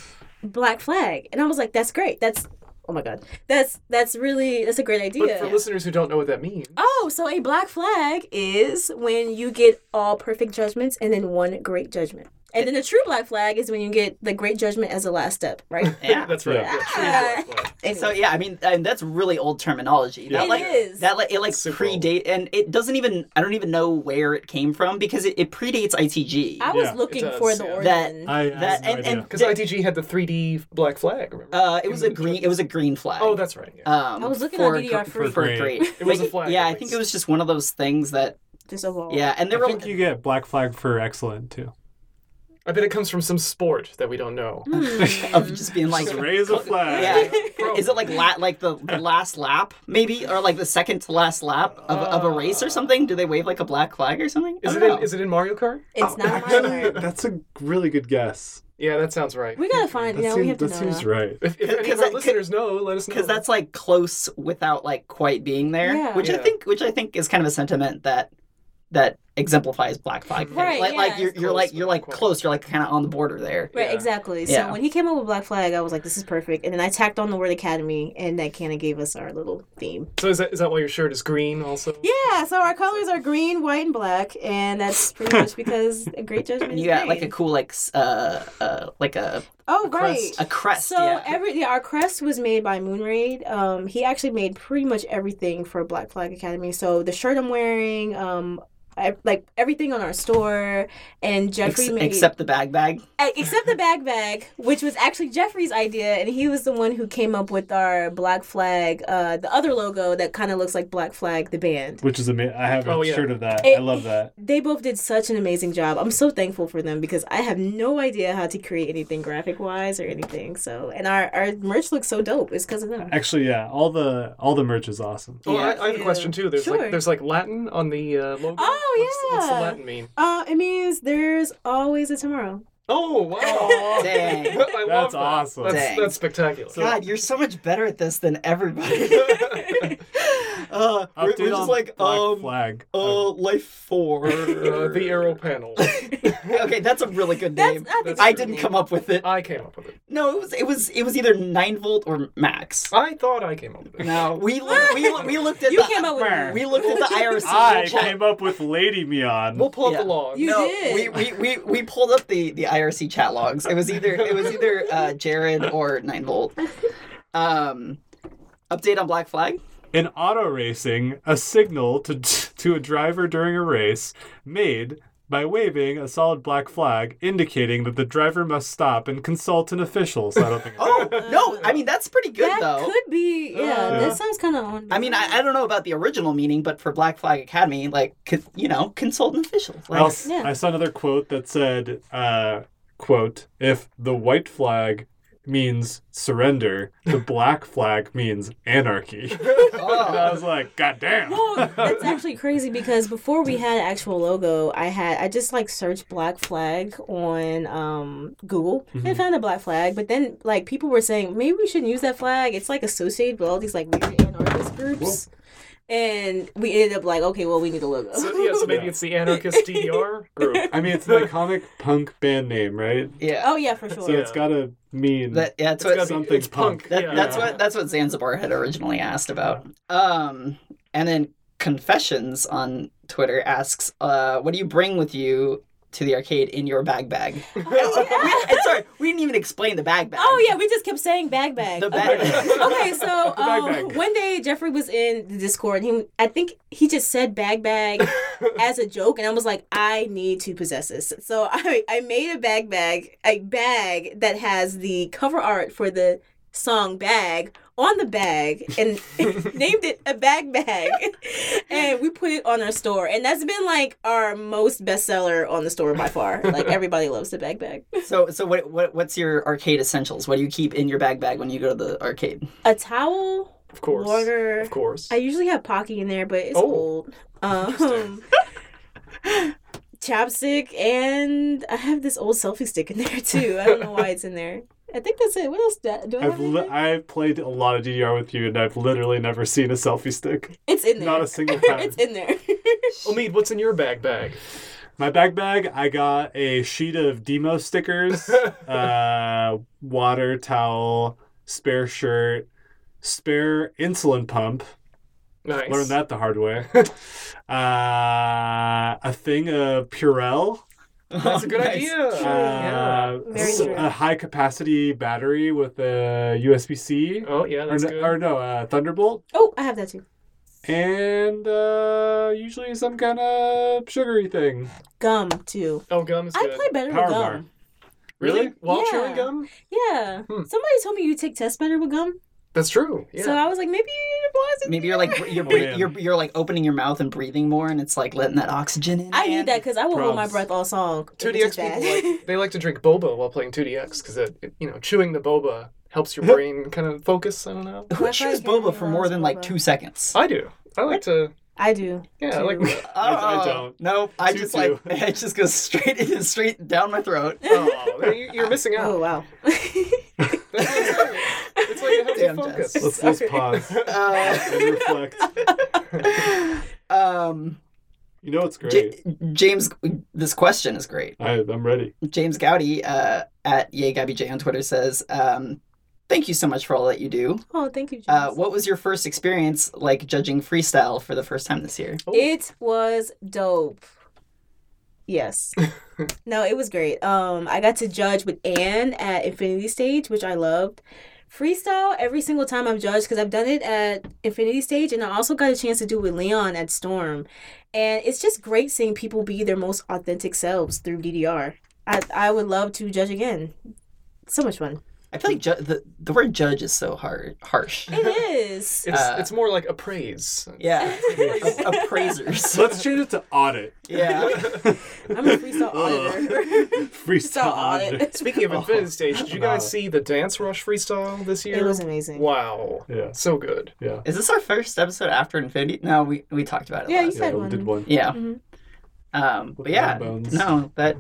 Speaker 4: Black Flag, and I was like, "That's great. That's oh my god. That's that's really that's a great
Speaker 2: But
Speaker 4: idea."
Speaker 2: for listeners who don't know what that means,
Speaker 4: Oh, so a black flag is when you get all perfect judgments and then one great judgment. And then the true black flag is when you get the great judgment as a last step,
Speaker 2: [LAUGHS]
Speaker 4: right?
Speaker 3: Yeah.
Speaker 4: [LAUGHS]
Speaker 2: that's right.
Speaker 1: Yeah.
Speaker 2: Yeah. true
Speaker 4: Yeah.
Speaker 2: Black Flag.
Speaker 4: Anyway.
Speaker 3: So yeah, I mean, and that's really old terminology.
Speaker 1: Yeah.
Speaker 3: That
Speaker 4: It
Speaker 3: like
Speaker 4: is.
Speaker 3: that like it like
Speaker 2: It's super old.
Speaker 3: predate, and it doesn't even. I don't even know where it came from because it, it predates ITG.
Speaker 4: I was
Speaker 1: Yeah.
Speaker 4: looking
Speaker 2: It does,
Speaker 4: for the
Speaker 2: yeah.
Speaker 4: origin.
Speaker 1: I, I have
Speaker 3: that
Speaker 1: no
Speaker 3: and,
Speaker 1: idea.
Speaker 3: and
Speaker 2: Because ITG had the 3D Black Flag. Remember?
Speaker 3: uh, it was a green. It was a green flag.
Speaker 2: oh, that's right. Yeah.
Speaker 3: Um,
Speaker 4: I was looking
Speaker 3: for
Speaker 4: on DDR
Speaker 1: for
Speaker 3: for
Speaker 4: free.
Speaker 3: great.
Speaker 2: it was a flag.
Speaker 3: yeah,
Speaker 2: at
Speaker 3: I think
Speaker 2: least.
Speaker 3: it was just one of those things that.
Speaker 4: Just evolved.
Speaker 3: Yeah, and there
Speaker 1: I
Speaker 3: were.
Speaker 1: think you get black flag for excellent too.
Speaker 2: I bet it comes from some sport that we don't know.
Speaker 3: [LAUGHS]
Speaker 4: Hmm.
Speaker 3: of just being like,
Speaker 1: Just raise a flag.
Speaker 3: yeah,
Speaker 2: [LAUGHS]
Speaker 3: is it like la- like the, the last lap maybe, or like the second to last lap of, of a race or something? Do they wave like a black flag or something? I
Speaker 2: Is it,
Speaker 3: don't
Speaker 2: in,
Speaker 3: know.
Speaker 2: is it in Mario Kart?
Speaker 4: It's
Speaker 1: [LAUGHS]
Speaker 2: [LAUGHS]
Speaker 4: not my
Speaker 1: Actually,
Speaker 4: word.
Speaker 1: that's a really good guess.
Speaker 2: Yeah, that sounds right.
Speaker 4: We gotta find.
Speaker 1: That
Speaker 4: No,
Speaker 1: seems,
Speaker 4: we have to
Speaker 1: that
Speaker 4: know.
Speaker 1: seems
Speaker 4: that.
Speaker 1: right.
Speaker 2: If, if any
Speaker 3: Because
Speaker 2: of our
Speaker 3: that-
Speaker 2: listeners know, let us know.
Speaker 3: because that's like close without like quite being there,
Speaker 4: Yeah.
Speaker 3: which I
Speaker 2: Yeah.
Speaker 3: think which I think is kind of a sentiment that that exemplifies black flag.
Speaker 4: Right,
Speaker 3: Like, like
Speaker 4: yeah.
Speaker 3: you're, you're
Speaker 2: Close,
Speaker 3: like
Speaker 2: but
Speaker 3: you're
Speaker 2: not
Speaker 3: like
Speaker 2: quite.
Speaker 3: close. You're like kind of on the border there.
Speaker 4: Right,
Speaker 2: Yeah.
Speaker 4: exactly.
Speaker 3: Yeah.
Speaker 4: So when he came up with Black Flag, I was like, this is perfect. And then I tacked on the word Academy, and that kind of gave us our little theme.
Speaker 2: so. Is that is that why your shirt is green also?
Speaker 4: Yeah, so our colors are green, white, and black, and that's pretty much because a great judgment
Speaker 3: And
Speaker 4: is
Speaker 3: you got like a
Speaker 4: great.
Speaker 3: cool like s- uh, uh like a
Speaker 4: Oh,
Speaker 2: crest.
Speaker 4: right.
Speaker 3: a crest.
Speaker 4: So
Speaker 3: yeah.
Speaker 4: every yeah, our crest was made by Moonraid. Um, he actually made pretty much everything for Black Flag Academy. So the shirt I'm wearing, um, I, like everything on our store, and
Speaker 3: Ex-
Speaker 4: Jeffrey made
Speaker 3: except the bag bag.
Speaker 4: Uh, except the bag bag, which was actually Jeffrey's idea, and he was the one who came up with our black flag, uh, the other logo that kind of looks like Black Flag, the band.
Speaker 1: Which is amazing. I have a
Speaker 2: Oh, yeah.
Speaker 1: shirt of that. I
Speaker 4: It-
Speaker 1: love that.
Speaker 4: They both did such an amazing job. I'm so thankful for them because I have no idea how to create anything graphic wise or anything. So, and our, our merch looks so dope. It's because of them.
Speaker 1: Actually, yeah, all the all the merch is awesome.
Speaker 2: Oh,
Speaker 3: Yeah.
Speaker 2: I, I have a question too. There's
Speaker 4: Sure.
Speaker 2: like there's like Latin on the uh, logo.
Speaker 4: Oh,
Speaker 2: What's, what's the
Speaker 4: yeah.
Speaker 2: Latin mean?
Speaker 4: Uh, it means there's always a tomorrow.
Speaker 2: Oh
Speaker 4: [LAUGHS]
Speaker 2: wow! [LAUGHS]
Speaker 3: Dang.
Speaker 2: I love
Speaker 1: That's
Speaker 2: that.
Speaker 1: awesome.
Speaker 2: That's,
Speaker 3: Dang.
Speaker 2: that's spectacular. [LAUGHS]
Speaker 3: God, you're so much better at this than everybody. [LAUGHS] uh, we're,
Speaker 1: Update
Speaker 3: we're
Speaker 1: on
Speaker 3: just like
Speaker 1: black
Speaker 3: um
Speaker 1: flag.
Speaker 3: uh life four.
Speaker 2: Uh, the arrow [LAUGHS] panel.
Speaker 3: okay, that's a really good
Speaker 4: That's,
Speaker 3: name.
Speaker 4: I, think
Speaker 3: I
Speaker 4: that's
Speaker 3: didn't
Speaker 4: the
Speaker 3: come up with it.
Speaker 2: I came up with it.
Speaker 3: No, it was it was it was either nine volt or max.
Speaker 2: I thought I came up with it.
Speaker 3: No, we loo- we loo- we looked at
Speaker 4: You
Speaker 3: the
Speaker 4: came up with it.
Speaker 3: we looked at the
Speaker 4: [LAUGHS]
Speaker 3: IRC.
Speaker 1: I
Speaker 3: We'll check-
Speaker 1: came up with Lady Mion.
Speaker 2: We'll pull up
Speaker 3: Yeah.
Speaker 2: the log.
Speaker 4: You-
Speaker 3: no,
Speaker 4: did.
Speaker 3: we, we, we, we pulled up the, the IRC chat logs. It was either it was either uh, Jared or Nine Volt. Um, update on Black Flag.
Speaker 1: In auto racing, a signal to [LAUGHS] to a driver during a race made by waving a solid black flag, indicating that the driver must stop and consult an official. So I don't think.
Speaker 3: Oh no, I mean that's pretty good
Speaker 4: that
Speaker 3: though.
Speaker 4: could be yeah.
Speaker 2: Uh,
Speaker 1: Yeah.
Speaker 4: that sounds kind of on.
Speaker 3: I mean, I, I don't know about the original meaning, but for Black Flag Academy, like, con- you know, consult an official.
Speaker 1: I,
Speaker 3: Like,
Speaker 1: als-
Speaker 4: Yeah.
Speaker 1: I saw another quote that said, uh, "quote If the white flag means surrender,
Speaker 4: [LAUGHS]
Speaker 1: the black flag means anarchy." [LAUGHS]
Speaker 2: [LAUGHS]
Speaker 1: And I
Speaker 3: oh,
Speaker 2: Uh,
Speaker 1: was like, "God damn!"
Speaker 4: [LAUGHS] Well, that's actually crazy because before we had an actual logo, I had I just like searched black flag on um, Google
Speaker 1: Mhm.
Speaker 2: Mm-hmm.
Speaker 4: and found a black flag. But then like people were saying maybe we shouldn't use that flag. It's like associated with all these like weird anarchist groups, and we ended up like okay, well we need a logo.
Speaker 2: So, yeah,
Speaker 4: [LAUGHS]
Speaker 2: so maybe
Speaker 1: Yeah.
Speaker 2: it's
Speaker 3: [LAUGHS]
Speaker 2: the anarchist DDR group.
Speaker 1: I mean, it's an iconic punk band name, right?
Speaker 3: yeah.
Speaker 4: oh yeah, for sure.
Speaker 1: So it's gotta mean
Speaker 3: That, yeah,
Speaker 2: It's
Speaker 3: that's what,
Speaker 2: gotta be-
Speaker 1: something
Speaker 2: it's
Speaker 1: punk.
Speaker 2: punk.
Speaker 3: that,
Speaker 2: yeah.
Speaker 3: that's what that's what Zanzibar had originally asked about. Um, and then Confessions on Twitter asks, uh, "What do you bring with you to the arcade in your bag bag. [LAUGHS] We- and sorry, we didn't even explain the bag bag.
Speaker 4: Oh yeah, we just kept saying bag bag.
Speaker 3: The bag bag.
Speaker 4: [LAUGHS] okay, so
Speaker 1: bag
Speaker 4: um,
Speaker 1: bag.
Speaker 4: one day Jeffrey was in the Discord. And he, I think he just said
Speaker 3: [LAUGHS]
Speaker 4: bag bag as a joke, and I was like, I need to possess this. So [LAUGHS] I I made a bag bag, a bag that has the cover art for the song Bag on the bag and [LAUGHS] named it a
Speaker 3: [LAUGHS]
Speaker 4: bag bag and we put it on our store and that's been like our most bestseller on the store by far like everybody loves the bag bag
Speaker 3: So so what, what what's your arcade essentials? What do you keep in your bag bag when you go to the arcade?
Speaker 4: a towel
Speaker 2: Of course.
Speaker 4: water
Speaker 2: Of course.
Speaker 4: I usually have Pocky in there, but it's
Speaker 2: Oh.
Speaker 4: old. Um, [LAUGHS] chapstick, and I have this old selfie stick in there too. I don't know why it's in there. I think that's it. What else do I, do I have?
Speaker 1: I've
Speaker 4: in
Speaker 1: li-
Speaker 4: there?
Speaker 1: I've played a lot of DDR with you, and I've literally never seen a selfie stick.
Speaker 4: it's in there.
Speaker 1: Not a single time.
Speaker 4: [LAUGHS] it's in there.
Speaker 2: Omid, what's in your bag bag?
Speaker 1: My bag bag, I got a sheet of demo
Speaker 2: [LAUGHS]
Speaker 1: stickers, uh, water towel, spare shirt, spare insulin pump.
Speaker 2: Nice.
Speaker 1: Learned that the hard
Speaker 2: [LAUGHS]
Speaker 1: way. uh, a thing of Purell.
Speaker 2: [LAUGHS] That's a good
Speaker 3: [LAUGHS] Nice.
Speaker 2: idea.
Speaker 1: Uh,
Speaker 4: Very
Speaker 1: s-
Speaker 4: true.
Speaker 1: a high capacity battery with a USB C.
Speaker 2: Oh yeah,
Speaker 1: Or,
Speaker 2: that's
Speaker 1: n-
Speaker 2: good.
Speaker 1: or no, uh, Thunderbolt.
Speaker 4: oh, I have that too.
Speaker 1: And uh, usually some kind of sugary
Speaker 2: [LAUGHS]
Speaker 1: thing.
Speaker 4: Gum too.
Speaker 2: oh, gum is
Speaker 4: I
Speaker 2: good.
Speaker 4: play better
Speaker 1: Power
Speaker 4: with gum.
Speaker 1: bar.
Speaker 2: really?
Speaker 1: Really?
Speaker 2: While
Speaker 4: Yeah.
Speaker 2: chewing gum?
Speaker 4: Yeah.
Speaker 2: Hmm.
Speaker 4: Somebody told me you take tests better with gum.
Speaker 2: That's true. Yeah.
Speaker 4: So I was like, maybe you need to
Speaker 3: Maybe you're [LAUGHS] like you're,
Speaker 1: Oh,
Speaker 3: bre-
Speaker 1: man.
Speaker 3: you're you're like opening your mouth and breathing more, and it's like letting that oxygen in.
Speaker 4: I
Speaker 3: man.
Speaker 4: need that because I will hold my
Speaker 1: Problems.
Speaker 4: breath all song. if
Speaker 2: 2DX
Speaker 4: it's bad.
Speaker 2: people
Speaker 4: [LAUGHS]
Speaker 2: like, they like to drink boba while playing 2DX because it, it- you know chewing the boba helps your brain kind of focus. I don't know.
Speaker 3: Who
Speaker 4: Wi-Fi
Speaker 3: chews
Speaker 4: can
Speaker 3: boba for more
Speaker 4: allows
Speaker 3: than like
Speaker 4: boba.
Speaker 3: two seconds?
Speaker 2: I do. I like to.
Speaker 4: I do.
Speaker 2: Yeah, I like.
Speaker 4: Two.
Speaker 1: I- I don't.
Speaker 3: No, I
Speaker 1: Two,
Speaker 3: just
Speaker 1: two.
Speaker 3: like [LAUGHS] it just goes straight in, straight down my throat.
Speaker 2: [LAUGHS] oh, man, you- you're missing
Speaker 4: Oh [LAUGHS]
Speaker 2: out.
Speaker 4: wow.
Speaker 2: That's what I'm saying. it's like it helps
Speaker 3: Damn,
Speaker 2: you focus.
Speaker 3: Jess.
Speaker 1: Let's, let's
Speaker 2: [LAUGHS]
Speaker 1: pause
Speaker 3: Uh, [LAUGHS]
Speaker 1: and reflect.
Speaker 3: um,
Speaker 1: You know it's great.
Speaker 3: J- James, this question is great.
Speaker 1: I, I'm ready.
Speaker 3: James Gowdy uh, at Yay Gabby J on Twitter says, um, "Thank you so much for all that you do.
Speaker 4: [LAUGHS] oh, thank you. James.
Speaker 3: Uh, what was your first experience like judging freestyle for the first time this year?
Speaker 2: Oh,
Speaker 4: It was dope. [LAUGHS] Yes. no, it was great. Um, I got to judge with Anne at Infinity Stage, which I loved. Freestyle every single time I've judged because I've done it at Infinity Stage, and I also got a chance to do with Leon at Storm, and it's just great seeing people be their most authentic selves through DDR. I I would love to judge again. So much fun.
Speaker 3: I feel like ju- the the word judge is so hard harsh.
Speaker 4: It is.
Speaker 2: It's
Speaker 3: Uh,
Speaker 2: it's more like appraise.
Speaker 3: Yeah, A-
Speaker 4: [LAUGHS]
Speaker 3: appraisers.
Speaker 1: Let's change it to audit.
Speaker 3: Yeah,
Speaker 4: I'm
Speaker 1: [LAUGHS]
Speaker 4: a [LAUGHS] freestyle auditor. [LAUGHS]
Speaker 1: Freestyle
Speaker 4: freestyle
Speaker 1: audit.
Speaker 4: audit.
Speaker 2: Speaking of Infinity Stage, did you
Speaker 1: Wow.
Speaker 2: guys see the dance rush freestyle this year?
Speaker 4: It was amazing.
Speaker 2: Wow.
Speaker 1: Yeah.
Speaker 2: So good.
Speaker 1: Yeah.
Speaker 3: is this our first episode after Infinity? No, we we talked about it.
Speaker 4: Yeah,
Speaker 3: last.
Speaker 4: you
Speaker 1: Yeah,
Speaker 4: said
Speaker 1: we
Speaker 4: one.
Speaker 1: did one.
Speaker 3: Yeah.
Speaker 4: Mhm.
Speaker 3: Um, but
Speaker 1: With
Speaker 3: yeah,
Speaker 1: no bones.
Speaker 3: no, that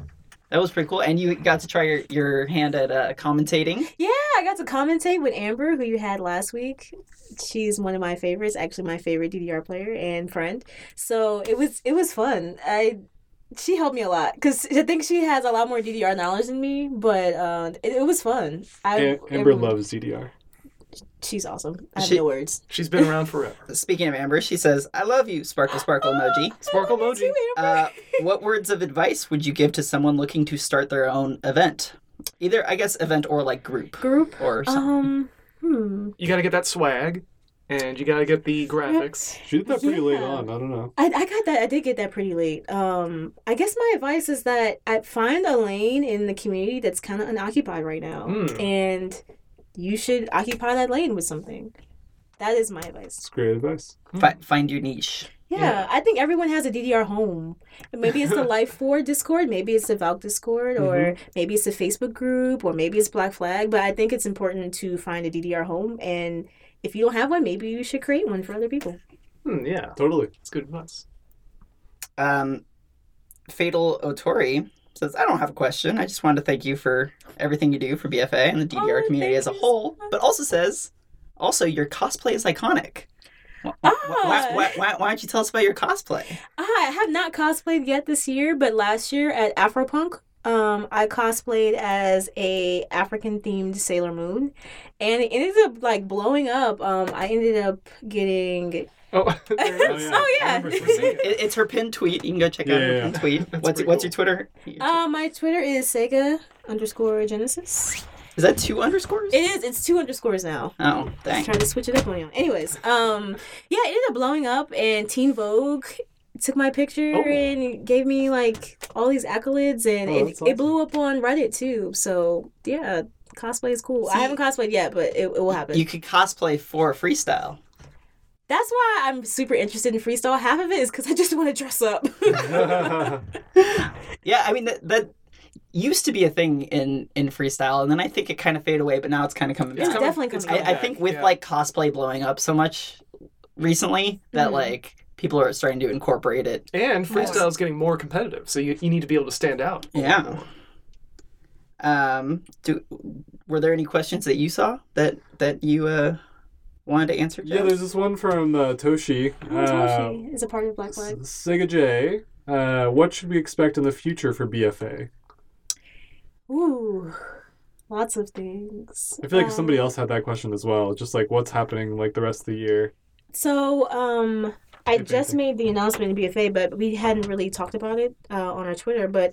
Speaker 3: that was pretty cool. And you got to try your, your hand at uh, commentating.
Speaker 4: Yeah, I got to commentate with Amber, who you had last week. She's one of my favorites, actually my favorite DDR player and friend. So it was it was fun. I she helped me a lot because I think she has a lot more DDR knowledge than me, but uh, it, it was fun. I,
Speaker 1: Am- Amber loves DDR.
Speaker 4: She's awesome. I have
Speaker 3: She-
Speaker 4: no words.
Speaker 2: She's been around forever.
Speaker 3: Speaking of Amber, she says, "I love you." Sparkle, sparkle emoji.
Speaker 2: Sparkle
Speaker 4: [LAUGHS] Love
Speaker 2: emoji.
Speaker 4: you too, Amber.
Speaker 3: Uh, what words of advice would you give to someone looking to start their own event? Either, I guess, event or like group
Speaker 4: Group.
Speaker 3: or something.
Speaker 4: Um. Hmm.
Speaker 2: [LAUGHS] You gotta get that swag, and you gotta get the graphics.
Speaker 1: She did that pretty late
Speaker 4: Yeah.
Speaker 1: on. I don't know.
Speaker 4: I, I got that. I did get that pretty late. Um, I guess my advice is that I find a lane in the community that's kind of unoccupied right now,
Speaker 2: Hmm.
Speaker 4: and you should occupy that lane with something. That is my advice.
Speaker 1: It's great advice.
Speaker 3: [LAUGHS] Fi- find your niche.
Speaker 4: Yeah,
Speaker 2: Yeah.
Speaker 4: I think everyone has a DDR home. Maybe it's the Life Four Discord, maybe it's the Valk Discord, or maybe it's the Facebook group, or maybe it's Black Flag. But I think it's important to find a DDR home, and if you don't have one, maybe you should create one for other people.
Speaker 2: Hmm, yeah,
Speaker 1: Totally.
Speaker 2: it's good advice.
Speaker 3: Um, Fatal Otori says, I don't have a question. I just wanted to thank you for everything you do for BFA and the DDR
Speaker 4: Oh,
Speaker 3: community
Speaker 4: thank
Speaker 3: as a
Speaker 4: you so
Speaker 3: whole,
Speaker 4: much.
Speaker 3: but also says, also, your cosplay is iconic. Wh- wh-
Speaker 4: Ah.
Speaker 3: Why, why, why, why don't you tell us about your cosplay?
Speaker 4: I have not cosplayed yet this year, but last year at Afropunk, Um, I cosplayed as a African themed Sailor Moon, and it ended up like blowing up. Um, I ended up getting
Speaker 2: Oh, [LAUGHS] there it
Speaker 1: Oh,
Speaker 2: is.
Speaker 1: yeah.
Speaker 4: Oh, yeah.
Speaker 1: I remember seeing it. [LAUGHS]
Speaker 3: It, it's her pinned tweet. You can go check out
Speaker 1: Yeah,
Speaker 3: her
Speaker 1: yeah,
Speaker 3: pinned tweet. what's
Speaker 2: pretty
Speaker 3: what's
Speaker 2: cool.
Speaker 3: your Twitter?
Speaker 4: Uh, my Twitter is Sega underscore Genesis.
Speaker 3: Is that two underscores?
Speaker 4: It is. It's two underscores now.
Speaker 3: oh,
Speaker 4: Just
Speaker 3: dang.
Speaker 4: trying to switch it up on y'all. Anyways, um, yeah, it ended up blowing up, and Teen Vogue took my picture
Speaker 2: Oh.
Speaker 4: and gave me like all these accolades, and
Speaker 2: Oh,
Speaker 4: it,
Speaker 2: that's
Speaker 4: it blew up on Reddit too. So yeah, cosplay is cool.
Speaker 3: See-
Speaker 4: I haven't cosplayed yet, but it, it will happen.
Speaker 3: You could cosplay for
Speaker 4: [LAUGHS]
Speaker 3: freestyle.
Speaker 4: That's why I'm super interested in freestyle. Half of it is because I just want to dress
Speaker 2: [LAUGHS]
Speaker 4: up. [LAUGHS]
Speaker 3: Yeah, I mean that that used to be a thing in in freestyle, and then I think it kind of faded away, but now it's kind of coming
Speaker 4: It's
Speaker 3: back.
Speaker 4: coming- definitely coming
Speaker 3: I, I think with
Speaker 2: yeah.
Speaker 3: like cosplay blowing up so much recently that
Speaker 4: Mhm.
Speaker 3: like people are starting to incorporate it.
Speaker 2: and freestyle is getting more competitive, so you, you need to be able to stand out. a little
Speaker 3: Yeah.
Speaker 2: more.
Speaker 4: Oh.
Speaker 3: Um, do were there any questions that you saw that that you uh wanted to answer?
Speaker 1: yeah,
Speaker 3: Jeff?
Speaker 1: there's this one from uh, Toshi.
Speaker 4: Oh,
Speaker 1: Uh,
Speaker 2: Um,
Speaker 4: Is a part of Black Lives.
Speaker 1: Sega J. Uh, what should we expect in the future for BFA?
Speaker 4: Ooh, lots of things.
Speaker 1: I feel like
Speaker 4: Um,
Speaker 1: somebody else had that question as well. Just like what's happening like the rest of the year. [LAUGHS]
Speaker 4: So, um, I
Speaker 1: If
Speaker 4: just
Speaker 1: anything.
Speaker 4: made the announcement in BFA, but we hadn't really talked about it uh, on our Twitter. But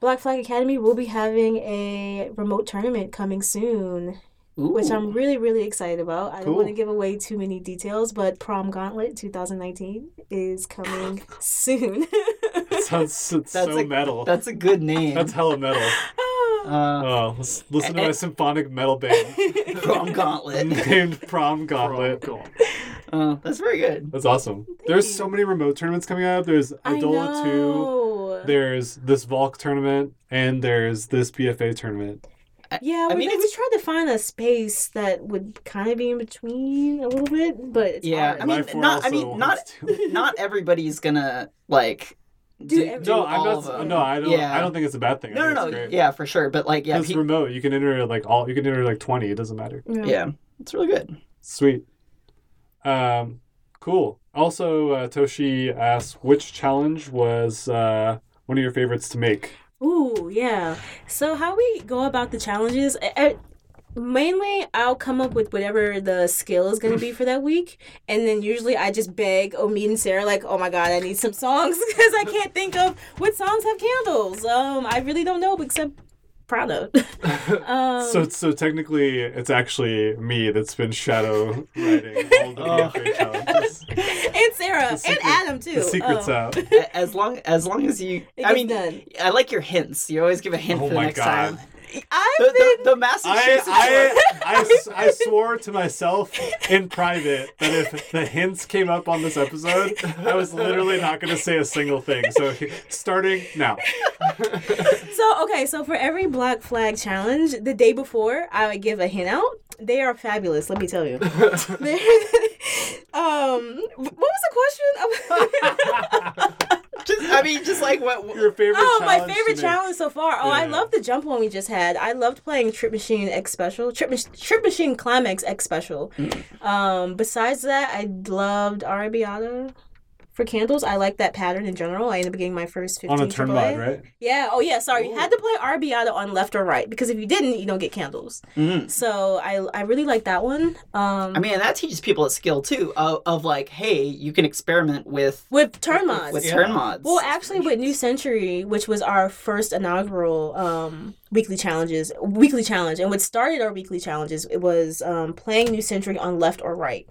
Speaker 4: Black Flag Academy will be having a remote tournament coming soon, which I'm really, really excited about. I don't want to
Speaker 1: Cool.
Speaker 4: give away too many details, but Prom Gauntlet 2019 is coming soon. [LAUGHS]
Speaker 1: It sounds it's
Speaker 3: That's
Speaker 1: so
Speaker 3: a-
Speaker 1: metal. [LAUGHS] That's,
Speaker 3: That's a good name.
Speaker 1: hella metal.
Speaker 3: uh,
Speaker 1: Oh, let's listen to a symphonic metal
Speaker 3: [LAUGHS]
Speaker 1: band [LAUGHS]
Speaker 3: prom gauntlet. [LAUGHS]
Speaker 1: named Prom
Speaker 2: Wrong,
Speaker 1: Gauntlet.
Speaker 2: go on.
Speaker 3: Uh, that's very good.
Speaker 1: That's awesome. There's
Speaker 4: you.
Speaker 1: so many remote tournaments coming up. There's
Speaker 4: I
Speaker 1: Idola 2.
Speaker 4: know.
Speaker 1: There's this Volk tournament and there's this BFA tournament.
Speaker 4: Yeah,
Speaker 3: I
Speaker 4: we,
Speaker 3: mean,
Speaker 4: we
Speaker 3: it's-
Speaker 4: tried to find a space that would kind of be in between a little bit, but it's
Speaker 3: Yeah,
Speaker 4: hard.
Speaker 3: I mean,
Speaker 1: My four
Speaker 3: not- I
Speaker 1: also
Speaker 3: mean,
Speaker 1: wants to-
Speaker 3: [LAUGHS] Not everybody's gonna like
Speaker 4: Do
Speaker 3: do,
Speaker 4: every-
Speaker 1: [LAUGHS]
Speaker 3: do
Speaker 1: No, I'm
Speaker 3: all of
Speaker 1: not.
Speaker 3: them.
Speaker 1: No, I don't.
Speaker 3: Yeah.
Speaker 1: I don't think it's a bad thing. I
Speaker 3: No,
Speaker 1: think
Speaker 3: no,
Speaker 1: it's
Speaker 3: no.
Speaker 1: great.
Speaker 3: Yeah, for sure. But like, yeah,
Speaker 1: it's
Speaker 3: pe-
Speaker 1: remote. You can enter like all. You can enter like twenty. It doesn't matter.
Speaker 4: Mm.
Speaker 3: yeah, it's really good.
Speaker 1: Sweet. Um, cool. Also, uh, Toshi asks, which challenge was uh, one of your favorites to make?
Speaker 4: Ooh, yeah. So how we go about the challenges? I, I, mainly, I'll come up with whatever the skill is going to be for that week, and then usually I just beg oh, me and Sarah like, "Oh my God, I need some songs [LAUGHS] because I can't think of what songs have candles." Um, I really don't know except Prada. [LAUGHS] um,
Speaker 1: so, so technically, it's actually me that's been
Speaker 4: [LAUGHS]
Speaker 1: shadow writing all the
Speaker 3: Oh.
Speaker 1: BFA challenges.
Speaker 4: [LAUGHS] and Sarah
Speaker 1: secret-
Speaker 4: and Adam too.
Speaker 1: The secret's
Speaker 4: Um, [LAUGHS]
Speaker 1: out.
Speaker 3: A-
Speaker 1: [LAUGHS]
Speaker 3: As long as long as you,
Speaker 4: It
Speaker 3: I
Speaker 4: gets
Speaker 3: mean,
Speaker 4: done.
Speaker 3: I like your hints. You always give a hint
Speaker 1: Oh
Speaker 3: for the
Speaker 1: my
Speaker 3: next
Speaker 1: God.
Speaker 3: time.
Speaker 4: I've
Speaker 3: The,
Speaker 4: been
Speaker 3: the, the Massachusetts.
Speaker 1: I, I, I, s- I swore to myself in private that if the hints came up on this episode, I was literally not going to say a single thing. So, he- starting now.
Speaker 4: So okay, so for every black flag challenge, the day before I would give a hint out. They are fabulous, let me tell
Speaker 1: [LAUGHS]
Speaker 4: you. They're- [LAUGHS] um what was the question?
Speaker 3: [LAUGHS]
Speaker 4: [LAUGHS]
Speaker 3: just, I mean, just like what?
Speaker 1: Your favorite
Speaker 4: oh,
Speaker 1: challenge?
Speaker 4: my
Speaker 1: to
Speaker 4: favorite
Speaker 1: make.
Speaker 4: challenge so far. Oh, I
Speaker 1: Yeah.
Speaker 4: love the jump one we just had. I loved playing Trip Machine X Special, Trip, Mach- Trip Machine Climax X Special.
Speaker 1: Mm.
Speaker 4: Um, besides that, I loved Arabiata for candles. I like that pattern in general. I ended up getting my first 15
Speaker 1: On a turn
Speaker 4: AAA.
Speaker 1: mod, right?
Speaker 4: Yeah. Oh, yeah. Sorry, you had to play Arbiata on left or right because if you didn't, you don't get candles.
Speaker 3: Mm.
Speaker 4: So I I really like that one. Um,
Speaker 3: I mean, that teaches people a skill too. Of, of like, hey, you can experiment with
Speaker 4: with turn mods.
Speaker 3: with
Speaker 2: Yeah.
Speaker 3: turn mods.
Speaker 4: well, actually,
Speaker 3: [LAUGHS]
Speaker 4: with New Century, which was our first inaugural um, weekly challenges, weekly challenge, and what started our weekly challenges, it was um, playing New Century on left or right,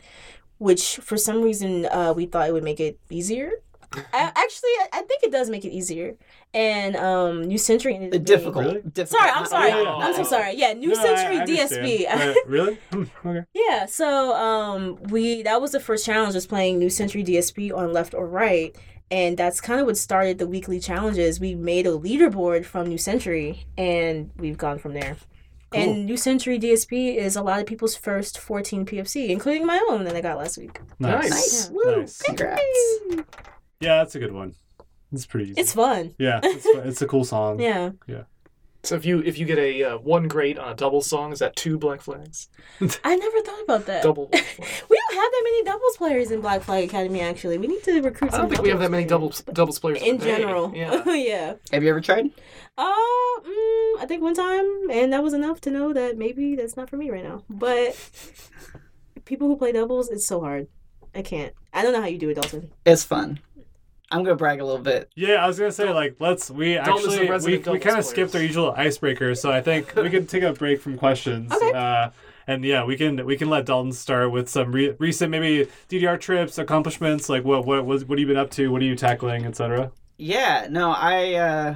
Speaker 4: which for some reason uh, we thought it would make it easier. I, actually, I, I think it does make it easier, and um, New Century ended
Speaker 3: The
Speaker 4: up being-
Speaker 3: difficult.
Speaker 1: Really?
Speaker 3: difficult-
Speaker 4: Sorry, I'm sorry.
Speaker 1: yeah.
Speaker 4: I'm so sorry. Yeah, New
Speaker 1: No, I-
Speaker 4: Century
Speaker 1: I understand.
Speaker 4: DSP. [LAUGHS]
Speaker 1: Uh, really? Hmm, okay.
Speaker 4: yeah, so um we that was the first challenge was playing New Century DSP on left or right. And that's kind of what started the weekly challenges. We made a leaderboard from New Century and we've gone from there.
Speaker 1: Cool.
Speaker 4: And New Century DSP is a lot of people's first 14 PFC, including my own that I got last week.
Speaker 1: Nice. nice.
Speaker 3: Nice. Woo. Congrats.
Speaker 1: Yeah, that's a good one. It's pretty easy.
Speaker 4: It's fun.
Speaker 1: yeah, it's, fu- it's a cool song.
Speaker 4: Yeah.
Speaker 2: So if you if you get a uh, one grade on a double song, is that two black flags?
Speaker 4: I never thought about that.
Speaker 3: Uh, [LAUGHS]
Speaker 2: Double. black flags.
Speaker 4: We don't don't have that many doubles players in Black Flag Academy. Actually, we need to recruit.
Speaker 2: I
Speaker 4: Some
Speaker 2: don't think we have that many
Speaker 4: doubles
Speaker 2: doubles doubles players
Speaker 4: players. in
Speaker 2: today.
Speaker 4: general.
Speaker 3: [LAUGHS]
Speaker 2: Yeah.
Speaker 4: [LAUGHS] yeah.
Speaker 3: Have you ever tried?
Speaker 4: Oh, mm, I think one time, and that was enough to know that maybe that's not for me right now. But people who play doubles, it's so hard. I can't. I don't know how you do it, Dalton.
Speaker 3: It's fun. I'm gonna brag a little bit.
Speaker 1: Yeah, I was gonna say like let's we
Speaker 2: Dalton is the
Speaker 1: actually we,
Speaker 2: resident
Speaker 1: we kind of
Speaker 2: doubles
Speaker 1: skipped our
Speaker 2: players.
Speaker 1: usual icebreaker, so I think we can take a break from questions.
Speaker 4: Okay.
Speaker 1: Uh, and yeah, we can we can let Dalton start with some re- recent maybe DDR trips, accomplishments, like what what was what have you been up to, what are you tackling, etc.
Speaker 3: Yeah, no, I uh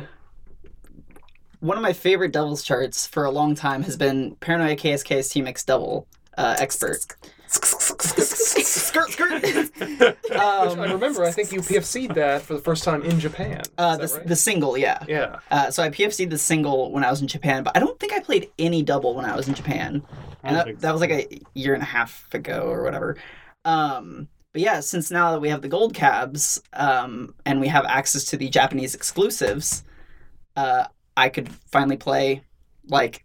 Speaker 3: one of my favorite doubles charts for a long time has been Paranoia KSK's Team X double uh
Speaker 4: [LAUGHS]
Speaker 3: expert. [LAUGHS] skirt
Speaker 4: [LAUGHS]
Speaker 3: skirt.
Speaker 2: Which I
Speaker 3: um,
Speaker 2: remember, I think you PFC'd that for the first time in Japan.
Speaker 3: uh,
Speaker 2: Is
Speaker 3: the,
Speaker 2: that right?
Speaker 3: the single, yeah.
Speaker 2: yeah.
Speaker 3: Uh, so I PFC'd the single when I was in Japan, but I don't think I played any double when I was in Japan.
Speaker 1: I
Speaker 3: And
Speaker 1: don't
Speaker 3: that,
Speaker 1: think
Speaker 3: that was like a year and a half ago or whatever. Um, but yeah, since now that we have the gold cabs um, and we have access to the Japanese exclusives, uh, I could finally play like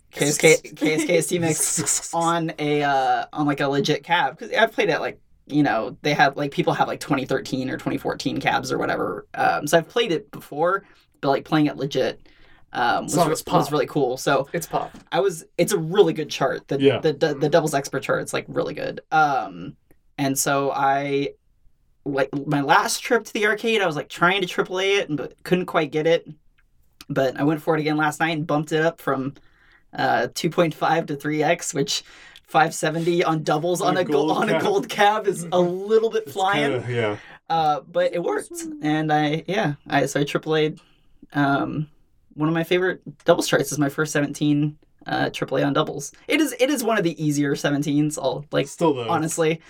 Speaker 2: [LAUGHS]
Speaker 3: KSK KSK's Team X on a uh, on like a legit cab because I played it like you know they have like people have like 2013 or 2014 cabs or whatever. Um, so I've played it before, but like playing it legit um, was,
Speaker 2: long as
Speaker 3: was
Speaker 2: pop.
Speaker 3: really cool. So
Speaker 2: It's pop.
Speaker 3: I was. It's a really good chart. The
Speaker 1: Yeah.
Speaker 3: the the, the doubles expert chart. It's like really good. Um, and so I, like my last trip to the arcade, I was like trying to triple A it, but couldn't quite get it. But I went for it again last night and bumped it up from, uh, two point five to three x, which. 570 on doubles on
Speaker 1: On a
Speaker 3: a gold,
Speaker 1: gold
Speaker 3: on a
Speaker 1: cab.
Speaker 3: gold cab is a little bit
Speaker 1: it's
Speaker 3: flying,
Speaker 1: kinda- yeah.
Speaker 3: uh, but it worked, and I yeah, I so I triple A. Um, one of my favorite double strikes is my first seventeen uh, triple A on doubles. It is it is one of the easier seventeens. All like
Speaker 1: Still though.
Speaker 3: honestly,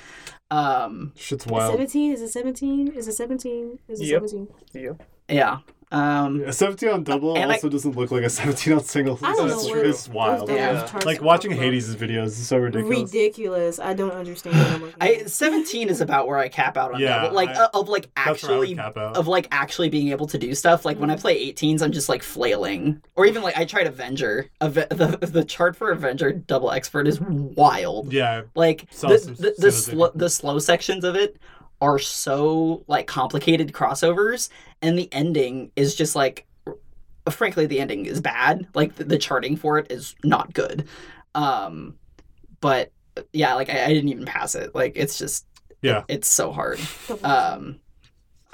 Speaker 3: um,
Speaker 1: Shit's
Speaker 4: A
Speaker 1: wild.
Speaker 4: Seventeen is a seventeen is a seventeen is a
Speaker 2: Yep.
Speaker 4: seventeen.
Speaker 2: You.
Speaker 3: yeah, um,
Speaker 1: A 17 on double
Speaker 3: And I-
Speaker 1: also doesn't look like a [LAUGHS] 17 on single.
Speaker 4: I don't
Speaker 1: It's
Speaker 4: know
Speaker 1: tr-
Speaker 4: where
Speaker 1: It's wild.
Speaker 4: those
Speaker 2: Yeah.
Speaker 4: damn charts
Speaker 1: Like
Speaker 4: come
Speaker 1: watching
Speaker 4: from.
Speaker 1: Hades' videos is so ridiculous.
Speaker 4: Ridiculous. I don't understand. What I'm looking
Speaker 3: I
Speaker 4: at. [LAUGHS]
Speaker 3: seventeen is about where I cap out on
Speaker 1: Yeah,
Speaker 3: double, like
Speaker 1: I-
Speaker 3: uh, of like
Speaker 1: That's where I would
Speaker 3: actually
Speaker 1: cap out.
Speaker 3: of like actually being able to do stuff. Like when I play 18s, I'm just like flailing. Or even like I tried Avenger. Ave- the the chart for Avenger double expert is wild.
Speaker 1: yeah,
Speaker 3: Like
Speaker 1: So-
Speaker 3: the
Speaker 1: so- so
Speaker 3: the, the,
Speaker 1: is it.
Speaker 3: sl- the slow sections of it are so like complicated crossovers, and the ending is just like, frankly, the ending is bad. Like the, the charting for it is not good. Um, but yeah, like I, I didn't even pass it. Like it's just
Speaker 1: Yeah.
Speaker 3: it's so hard. Um,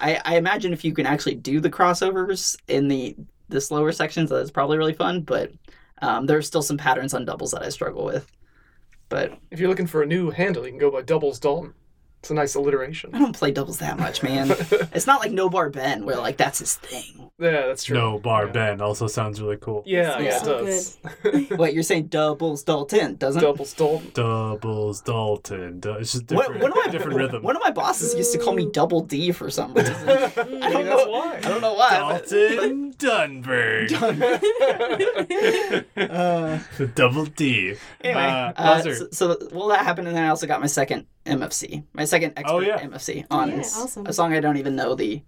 Speaker 3: I I imagine if you can actually do the crossovers in the the slower sections, that's probably really fun. But um, there are still some patterns on doubles that I struggle with. But
Speaker 2: If you're looking for a new handle, you can go by Doubles Dalton. It's a nice alliteration.
Speaker 3: I don't play doubles that
Speaker 1: [LAUGHS]
Speaker 3: much, man. it's not like No Bar Ben where like that's his thing.
Speaker 2: Yeah, that's true.
Speaker 1: no bar
Speaker 2: Yeah.
Speaker 1: Ben also sounds really cool.
Speaker 2: Yeah, yeah, it
Speaker 4: So
Speaker 2: does.
Speaker 3: What you're saying, doubles Dalton doesn't.
Speaker 2: Doubles
Speaker 1: [LAUGHS]
Speaker 2: Dalton.
Speaker 1: Doubles, Dalton. Du- It's just
Speaker 3: What-
Speaker 1: different,
Speaker 3: one of my
Speaker 1: different rhythm.
Speaker 3: One of my bosses used to call me Double D for some reason.
Speaker 2: I
Speaker 3: I
Speaker 4: Mm,
Speaker 3: don't
Speaker 2: that's
Speaker 3: know.
Speaker 2: why.
Speaker 3: I don't know why. but-
Speaker 1: Dalton
Speaker 3: [LAUGHS]
Speaker 1: Dunberg.
Speaker 3: Uh,
Speaker 1: The [LAUGHS] Double D.
Speaker 3: anyway,
Speaker 1: Uh,
Speaker 3: uh,
Speaker 1: Buzzard.
Speaker 3: so, so- well that happened, and then I also got my second MFC, my second expert
Speaker 1: Oh, yeah.
Speaker 3: MFC on
Speaker 4: yeah,
Speaker 3: s-
Speaker 4: awesome.
Speaker 3: a song I don't even know the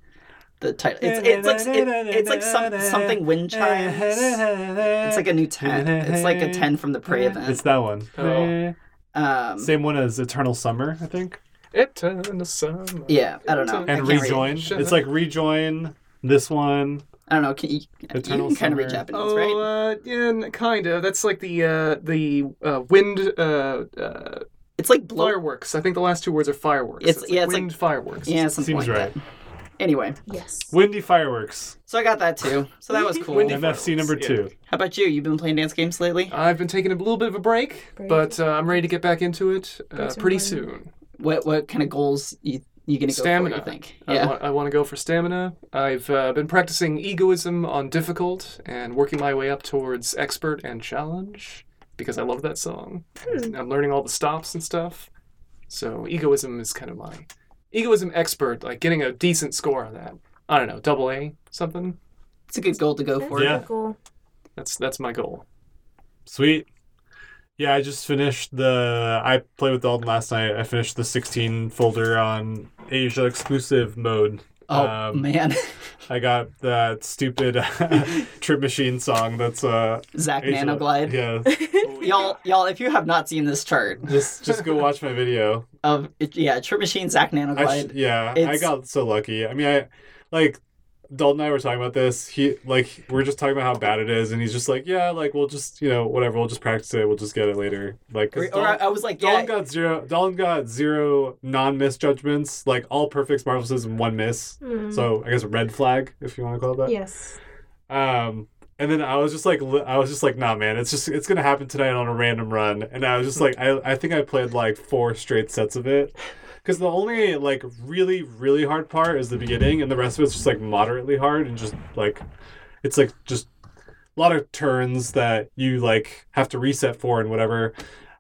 Speaker 3: the title. It's, it's like it- it's like some, something wind chimes. It's like a new ten. It's like a ten from the
Speaker 4: [LAUGHS]
Speaker 3: pre
Speaker 1: It's
Speaker 3: event.
Speaker 1: that one.
Speaker 2: Oh.
Speaker 3: Um,
Speaker 1: Same one as Eternal Summer, I think.
Speaker 2: [LAUGHS] It turned to summer.
Speaker 3: yeah, I don't know. I
Speaker 1: And
Speaker 3: can't read it.
Speaker 1: Rejoin.
Speaker 2: Shut
Speaker 1: It's
Speaker 2: up.
Speaker 1: like Rejoin, this one.
Speaker 3: I don't know. Can you,
Speaker 1: Eternal
Speaker 3: you can kind of read
Speaker 1: Summer.
Speaker 3: Japanese,
Speaker 2: Oh,
Speaker 3: right?
Speaker 2: uh, yeah, n- kind of. That's like the uh, the uh, wind uh, uh,
Speaker 3: It's like blow.
Speaker 2: fireworks. I think the last two words are fireworks.
Speaker 3: It's- yeah, it's like-
Speaker 2: wind fireworks.
Speaker 3: yeah, something
Speaker 1: Seems
Speaker 3: like
Speaker 1: right.
Speaker 3: that. Anyway,
Speaker 4: yes.
Speaker 1: Windy Fireworks.
Speaker 3: so I got that too. So that was cool.
Speaker 2: Windy
Speaker 1: MFC number
Speaker 2: Fireworks,
Speaker 1: two.
Speaker 3: How about you? You've been playing dance games lately?
Speaker 2: I've been taking a little bit of a break,
Speaker 4: Break.
Speaker 2: but uh, I'm ready to get back into it uh,
Speaker 4: Breaks are
Speaker 2: pretty
Speaker 4: fun.
Speaker 2: soon.
Speaker 3: What what kind of goals you you gonna
Speaker 2: Stamina.
Speaker 3: go for? You think?
Speaker 2: I,
Speaker 3: Yeah.
Speaker 2: want, I want to go for stamina. I've uh, been practicing egoism on difficult and working my way up towards expert and challenge because I love that song.
Speaker 3: Hmm.
Speaker 2: I'm learning all the stops and stuff. So egoism is kind of my egoism expert, like getting a decent score on that. I don't know, double A something.
Speaker 3: it's a good goal to go
Speaker 4: That's
Speaker 3: for.
Speaker 1: Yeah.
Speaker 4: so cool. [LAUGHS]
Speaker 2: That's that's my goal.
Speaker 1: Sweet. Yeah, I just finished the. I played with Dalton last night. I finished the 16 folder on Asia exclusive mode.
Speaker 3: Oh
Speaker 1: Um,
Speaker 3: man, [LAUGHS]
Speaker 1: I got that stupid [LAUGHS] Trip Machine song that's uh
Speaker 3: Zach
Speaker 1: Angel-
Speaker 3: Nanoglide.
Speaker 1: Yeah.
Speaker 3: Y'all, y'all, if you have not seen this chart
Speaker 1: Just just go watch my video.
Speaker 3: of yeah, Trip Machine,
Speaker 1: I
Speaker 3: Zach
Speaker 1: sh-
Speaker 3: Nanoglide.
Speaker 1: yeah, I
Speaker 3: It's-
Speaker 1: got so lucky. I mean, I like Dalton and I were talking about this. He like we are just talking about how bad it is, and he's just like, yeah, like we'll just you know whatever, we'll just practice it, we'll just get it later. Like, 'cause
Speaker 3: Or- or I,
Speaker 1: Dalton,
Speaker 3: I was like, yeah,
Speaker 1: Dalton got zero. Dalton got zero non miss judgments, like all perfects, marvelouses, and one miss. So uh, I guess red flag, if you want to call it that.
Speaker 4: Mm. yes.
Speaker 1: Um, and then I was just like, li- I was just like, nah, man, it's just it's gonna happen tonight on a random run. And I was just like, I I think I played like four straight sets of it, because the only like really really hard part is the beginning, and the rest of it's just like moderately hard and just like, it's like just a lot of turns that you like have to reset for and whatever.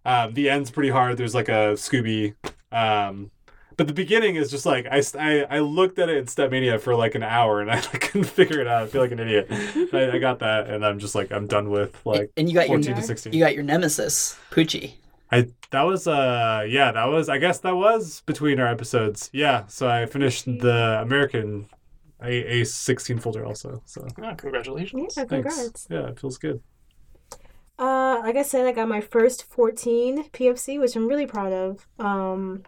Speaker 1: Um, the end's pretty hard. There's like a Scooby. Um, but the beginning is just like I, st- I, I looked at it in Stepmania for like an hour and [LAUGHS] I like, couldn't figure it out. I feel like an idiot. And I, I got that and I'm just like I'm done with like
Speaker 3: and you got your
Speaker 1: fourteen to
Speaker 4: Jack?
Speaker 1: sixteen.
Speaker 3: you got your nemesis Poochie.
Speaker 1: I that was uh yeah that was I guess that was between our episodes. Yeah, so I finished the American a sixteen folder also. So
Speaker 2: Ah, congratulations.
Speaker 4: Yeah,
Speaker 1: thanks.
Speaker 4: congrats.
Speaker 1: Yeah, it feels good.
Speaker 4: Uh, like I said, I got my first 14 PFC, which I'm really proud of. Um,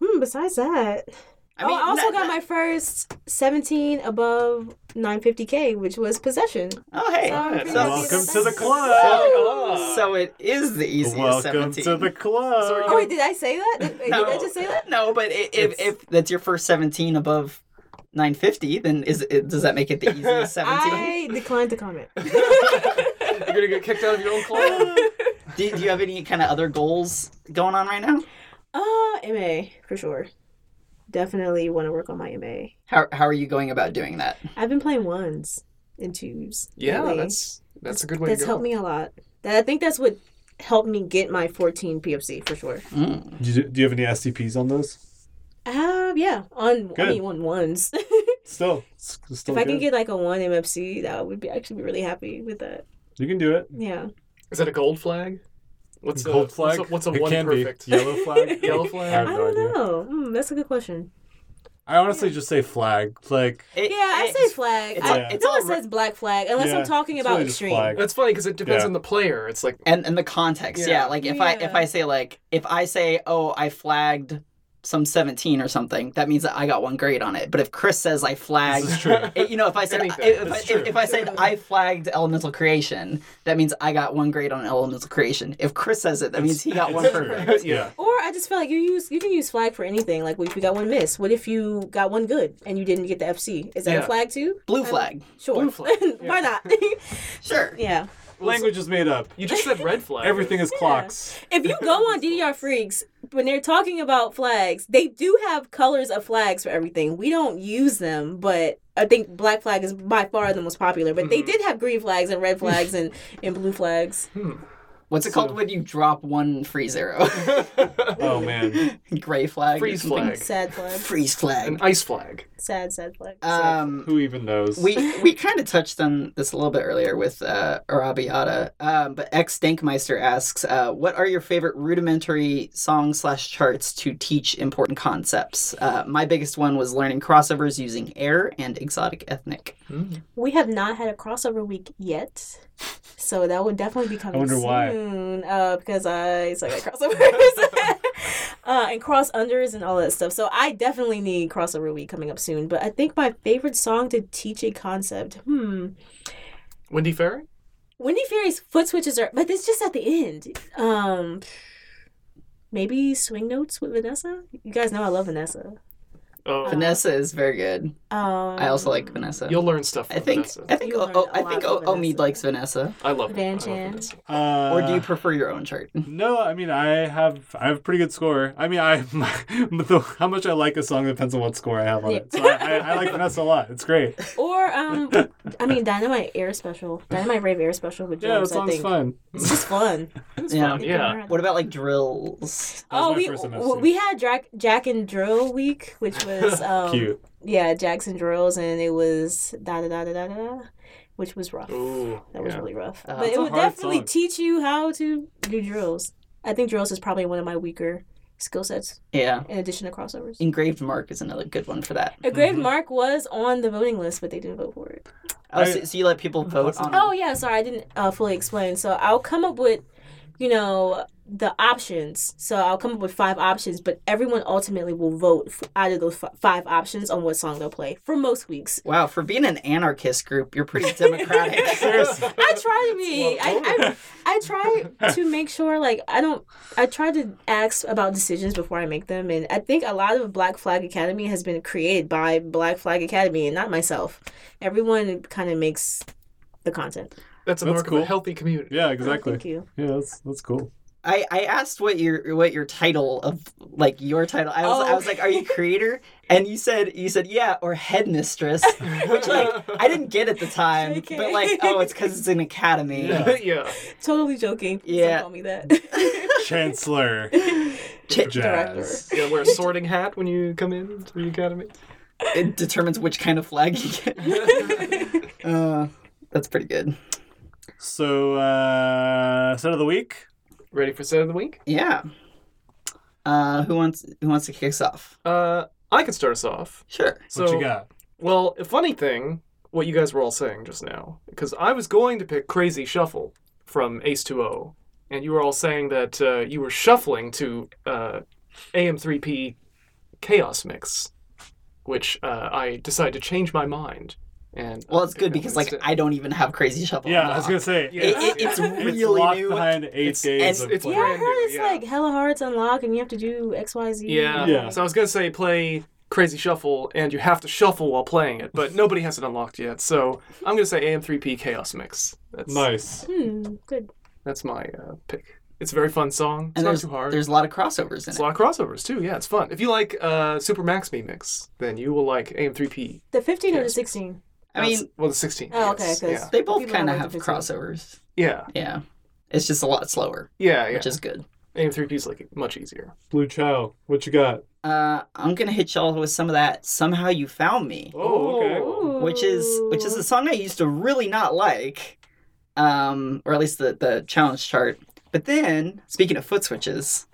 Speaker 4: hmm, besides that,
Speaker 3: I
Speaker 4: oh, I also
Speaker 3: not-
Speaker 4: got my first 17 above 950k, which was possession.
Speaker 3: Oh hey,
Speaker 4: So I'm
Speaker 2: Yes.
Speaker 4: pretty happy
Speaker 1: Welcome
Speaker 4: about
Speaker 1: to the
Speaker 4: that.
Speaker 1: club.
Speaker 3: so it is the easiest
Speaker 1: Welcome
Speaker 3: 17.
Speaker 1: to the club.
Speaker 3: So we're
Speaker 4: Oh, wait, did I say that? Did,
Speaker 3: No.
Speaker 4: did I just say that?
Speaker 3: No, but i if,
Speaker 1: It's-
Speaker 3: if that's your first 17 above 950, then is it, does that make it the
Speaker 4: [LAUGHS]
Speaker 3: easiest 17?
Speaker 4: I declined
Speaker 1: [LAUGHS]
Speaker 4: to comment.
Speaker 2: You're gonna get kicked out of your own club.
Speaker 3: [LAUGHS] Do, do you have any kind of other goals going on right now?
Speaker 4: Uh, MA for sure. Definitely want to work on my MA.
Speaker 3: How, how are you going about doing that?
Speaker 4: I've been playing ones and twos.
Speaker 2: Yeah,
Speaker 4: lately.
Speaker 2: that's that's a good way
Speaker 4: that's
Speaker 2: to go.
Speaker 4: helped me a lot. That I think that's what helped me get my 14 PFC for sure.
Speaker 3: Mm.
Speaker 1: do, you, do you have any SCPs on those?
Speaker 4: Uh, yeah, on I
Speaker 1: Good.
Speaker 4: mean on ones. [LAUGHS] if
Speaker 1: Still, s- still
Speaker 4: I can
Speaker 1: good.
Speaker 4: get like a one MFC, that would be actually be really happy with that.
Speaker 1: you can do it.
Speaker 4: Yeah.
Speaker 2: Is that a gold flag? What's a
Speaker 1: Gold flag.
Speaker 2: What's a, what's a
Speaker 1: It
Speaker 2: one
Speaker 1: can be.
Speaker 2: perfect?
Speaker 1: Yellow
Speaker 4: [LAUGHS]
Speaker 1: flag.
Speaker 2: Yellow
Speaker 1: I
Speaker 2: flag.
Speaker 1: have
Speaker 4: I
Speaker 1: no
Speaker 4: don't
Speaker 1: idea.
Speaker 4: know. Mm, that's a good question.
Speaker 1: I honestly just say flag. Like
Speaker 3: It-
Speaker 4: Yeah, I
Speaker 3: it-
Speaker 4: say flag.
Speaker 3: it's
Speaker 4: I,
Speaker 1: all-
Speaker 3: it's
Speaker 4: no
Speaker 3: all
Speaker 4: one
Speaker 3: re-
Speaker 4: says black flag unless
Speaker 1: Yeah,
Speaker 4: I'm talking
Speaker 1: it's
Speaker 4: about
Speaker 1: really just
Speaker 4: extreme.
Speaker 1: flag.
Speaker 2: That's funny because it depends
Speaker 1: Yeah.
Speaker 2: on the player. It's like
Speaker 3: and and the context, yeah.
Speaker 2: Yeah.
Speaker 3: Like if I if
Speaker 4: Yeah.
Speaker 3: I say like if I say oh I flagged some 17 or something, that means that I got one grade on it. But if Chris says I
Speaker 1: this is
Speaker 3: flagged [LAUGHS]
Speaker 1: true.
Speaker 3: it- you know, if I said
Speaker 2: Anything.
Speaker 3: if,
Speaker 1: That's
Speaker 3: I,
Speaker 1: true.
Speaker 3: if, if I said I flagged elemental creation, that means I got one grade on elemental creation. If Chris says it, that means he got
Speaker 1: It's
Speaker 3: one
Speaker 1: true. [LAUGHS]
Speaker 3: perfect.
Speaker 1: Yeah.
Speaker 4: Or I just feel like you use you can use flag for anything. Like what if you got one miss? What if you got one good and you didn't get the FC? Is that
Speaker 2: Yeah.
Speaker 4: a flag too?
Speaker 3: Blue flag,
Speaker 4: Sure.
Speaker 2: Blue
Speaker 4: [LAUGHS]
Speaker 2: flag, yeah.
Speaker 4: Why not?
Speaker 3: sure.
Speaker 4: yeah.
Speaker 1: Language is made up.
Speaker 2: you just said red flag.
Speaker 1: Everything is clocks.
Speaker 4: If you go on DDR Freaks, when they're talking about flags, they do have colors of flags for everything. We don't use them, but I think black flag is by far the most popular. But they did have green flags and red flags and, and blue flags.
Speaker 2: Hmm.
Speaker 1: [LAUGHS]
Speaker 3: What's it called when you drop one free zero?
Speaker 1: Oh
Speaker 3: [LAUGHS]
Speaker 1: man.
Speaker 3: Gray flag, or
Speaker 2: Freeze
Speaker 3: something?
Speaker 2: flag.
Speaker 4: Sad flag.
Speaker 3: freeze flag.
Speaker 2: An ice flag.
Speaker 4: Sad, sad flag. Sad.
Speaker 3: Um,
Speaker 1: Who even knows?
Speaker 3: [LAUGHS] we we kind of touched on this a little bit earlier with uh, Arabiata, um, but X Dankmeister asks, uh, "What are your favorite rudimentary song slash charts to teach important concepts?" Uh, my biggest one was learning crossovers using air and exotic ethnic.
Speaker 4: We have not had a crossover week yet, so that will definitely be coming
Speaker 1: wonder why.
Speaker 4: soon. Uh, because I suck at crossovers [LAUGHS] uh, and cross unders and all that stuff. So I definitely need crossover week coming up soon. But I think my favorite song to teach a concept. Hmm.
Speaker 2: Wendy Ferry.
Speaker 4: Wendy Fairy's foot switches are, but it's just at the end. Um, maybe swing notes with Vanessa. You guys know I love Vanessa.
Speaker 2: Oh,
Speaker 3: Vanessa is very good.
Speaker 4: Um,
Speaker 3: I also like Vanessa.
Speaker 2: you'll learn stuff. From
Speaker 3: I think
Speaker 2: Vanessa.
Speaker 3: I think
Speaker 4: You
Speaker 3: oh,
Speaker 4: learned
Speaker 3: oh,
Speaker 4: a
Speaker 3: I
Speaker 4: lot
Speaker 3: think
Speaker 4: from
Speaker 3: O- Omid
Speaker 4: Vanessa.
Speaker 3: likes Vanessa.
Speaker 2: I love
Speaker 4: Van
Speaker 2: I love
Speaker 4: Chan.
Speaker 2: Vanessa.
Speaker 1: Uh,
Speaker 3: Or do you prefer your own chart?
Speaker 1: No, I mean I have I have a pretty good score. I mean I [LAUGHS] the, how much I like a song depends on what score I have on it. So I, I, I like Vanessa a lot. It's
Speaker 4: [LAUGHS]
Speaker 1: great.
Speaker 4: Or um, I mean Dynamite Air Special, Dynamite Rave Air Special with
Speaker 1: Yeah, that
Speaker 4: drums. I
Speaker 1: song's
Speaker 4: think
Speaker 1: fun.
Speaker 4: it's just fun. It's
Speaker 3: Yeah.
Speaker 4: fun.
Speaker 2: Yeah.
Speaker 3: What about like drills?
Speaker 1: That was
Speaker 4: Oh,
Speaker 1: my
Speaker 4: we
Speaker 1: first
Speaker 4: w-
Speaker 1: MFC.
Speaker 4: we had Jack Jack and Drill week, which was
Speaker 1: [LAUGHS]
Speaker 4: um,
Speaker 1: Cute.
Speaker 4: yeah, Jacks and Drills, and it was da da da da da da, which was rough.
Speaker 2: Ooh,
Speaker 4: That was
Speaker 2: yeah.
Speaker 4: really rough.
Speaker 3: Uh,
Speaker 4: but
Speaker 3: it's
Speaker 4: it
Speaker 1: a
Speaker 4: would
Speaker 1: hard
Speaker 4: definitely
Speaker 1: song.
Speaker 4: teach you how to do drills. I think drills is probably one of my weaker skill sets
Speaker 3: Yeah.
Speaker 4: in addition to crossovers.
Speaker 3: Engraved mark is another good one for that.
Speaker 4: A grave
Speaker 2: Mhm.
Speaker 4: mark was on the voting list, but they didn't vote for it.
Speaker 3: Oh,
Speaker 1: I-
Speaker 3: so, so you let people vote on.
Speaker 4: Oh yeah, sorry, I didn't uh, fully explain. So I'll come up with, you know, the options. So I'll come up with five options, but everyone ultimately will vote f- out of those f- five options on what song they'll play for most weeks.
Speaker 3: Wow, for being an anarchist group,
Speaker 1: [LAUGHS]
Speaker 3: you're pretty democratic.
Speaker 1: Seriously.
Speaker 2: [LAUGHS]
Speaker 4: I try to be. I, I I try to make sure like I don't. I try to ask about decisions before I make them, and I think a lot of Black Flag Academy has been created by Black Flag Academy and not myself. Everyone kind of makes the content.
Speaker 2: That's
Speaker 1: [LAUGHS]
Speaker 2: a
Speaker 1: That's
Speaker 2: mark of
Speaker 1: cool.
Speaker 2: a healthy community.
Speaker 1: Yeah,
Speaker 4: Oh,
Speaker 1: exactly.
Speaker 4: thank you.
Speaker 1: Yeah, that's that's cool.
Speaker 3: I, I asked what your what your title of like your title. I was
Speaker 4: Oh.
Speaker 3: I was like, are you creator? And you said you said yeah or headmistress, which like I didn't get at the
Speaker 1: [LAUGHS]
Speaker 3: time.
Speaker 4: Okay.
Speaker 3: But like oh, it's because it's an academy.
Speaker 1: Yeah.
Speaker 2: [LAUGHS] yeah.
Speaker 4: Totally joking. Please
Speaker 3: Yeah.
Speaker 4: Don't call me that. [LAUGHS]
Speaker 1: Chancellor
Speaker 3: Ch-
Speaker 1: Jazz.
Speaker 2: You gotta wear a sorting hat when you come in to the academy.
Speaker 3: it determines which kind of flag you
Speaker 1: [LAUGHS]
Speaker 3: get. uh, that's pretty good.
Speaker 1: So uh set of the week.
Speaker 2: Ready for set of the week?
Speaker 3: Yeah. Uh, who wants who wants to kick us off?
Speaker 2: Uh, I could start us off.
Speaker 3: Sure.
Speaker 2: So,
Speaker 1: what you got?
Speaker 2: well, a funny thing, what you guys were all saying just now, because I was going to pick Crazy Shuffle from Ace 2O, and you were all saying that uh, you were shuffling to uh, AM3P Chaos Mix, which uh, I decided to change my mind. And
Speaker 3: Well, it's good because like I don't even have crazy shovel.
Speaker 1: Yeah,
Speaker 3: on
Speaker 1: I was
Speaker 3: lock.
Speaker 1: gonna say
Speaker 2: Yeah.
Speaker 3: It- it-
Speaker 1: [LAUGHS] it's
Speaker 3: it's really
Speaker 1: locked
Speaker 3: new.
Speaker 1: behind eight
Speaker 2: It's-
Speaker 1: days
Speaker 3: and
Speaker 1: of
Speaker 2: it's
Speaker 1: play.
Speaker 4: Yeah, I
Speaker 2: brand new,
Speaker 4: heard it's
Speaker 2: yeah.
Speaker 4: like hella hard to unlock and you have to do XYZ.
Speaker 2: Yeah.
Speaker 1: Yeah.
Speaker 2: So I was gonna say play Crazy Shuffle, and you have to shuffle while playing it, but nobody has it unlocked yet. So I'm gonna say AM3P Chaos Mix. That's
Speaker 1: nice.
Speaker 4: Hmm, good.
Speaker 2: that's my uh, pick. It's a very fun song. It's
Speaker 3: And
Speaker 2: not
Speaker 3: there's,
Speaker 2: too hard.
Speaker 3: there's a lot of crossovers in
Speaker 2: it's
Speaker 3: it.
Speaker 2: a lot of crossovers too. Yeah, it's fun. If you like uh, Super Max Me Mix, then you will like AM3P.
Speaker 4: The 15 or the
Speaker 2: Yes.
Speaker 4: 16?
Speaker 3: I mean,
Speaker 2: That's- well, the 16.
Speaker 4: Oh, okay,
Speaker 2: yes.
Speaker 4: 'cause-
Speaker 2: Yeah.
Speaker 3: They both
Speaker 4: People
Speaker 3: kind of
Speaker 4: don't
Speaker 3: have
Speaker 4: like the 15.
Speaker 3: crossovers.
Speaker 2: yeah,
Speaker 3: Yeah. It's just a lot slower,
Speaker 2: yeah, Oh, yeah.
Speaker 3: which is good.
Speaker 2: AM3P is like much easier.
Speaker 1: Blue Chow, what you got?
Speaker 3: Uh, I'm gonna hit y'all with some of that. Somehow you found me,
Speaker 1: Oh, okay.
Speaker 4: Ooh.
Speaker 3: which is which is a song I used to really not like, um, or at least the the challenge chart. But then, speaking of foot switches,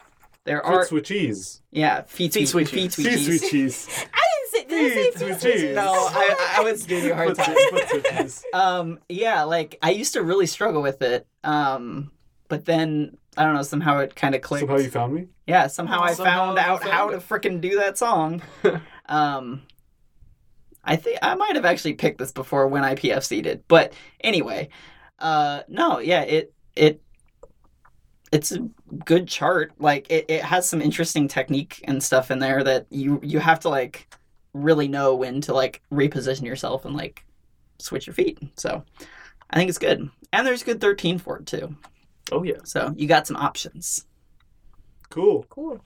Speaker 3: there
Speaker 1: Foot
Speaker 3: are
Speaker 1: switchies.
Speaker 3: yeah feet
Speaker 2: Feet
Speaker 3: swe-
Speaker 2: switches.
Speaker 3: feet
Speaker 1: Feet
Speaker 3: switches.
Speaker 4: [LAUGHS]
Speaker 1: switchies.
Speaker 4: I didn't say, did I say
Speaker 1: Feet
Speaker 4: 15?
Speaker 1: switchies.
Speaker 3: No, I, I was giving you a hard
Speaker 1: Foot
Speaker 3: time.
Speaker 1: switch- foot switchies.
Speaker 3: um yeah like i used to really struggle with it um but then i don't know somehow it kind of clicked
Speaker 1: Somehow you found me.
Speaker 3: yeah somehow i
Speaker 2: Somehow
Speaker 3: found
Speaker 2: you
Speaker 3: out
Speaker 2: found
Speaker 3: how
Speaker 2: it.
Speaker 3: to frickin' do
Speaker 2: [LAUGHS]
Speaker 3: that song um i think i might have actually picked this before when ipfc did but anyway uh no yeah it it it's a good chart like it, it has some interesting technique and stuff in there that you you have to like really know when to like reposition yourself and like switch your feet so i think it's good and there's good 13 for it too
Speaker 2: Oh yeah.
Speaker 3: so you got some options
Speaker 1: Cool.
Speaker 4: Cool.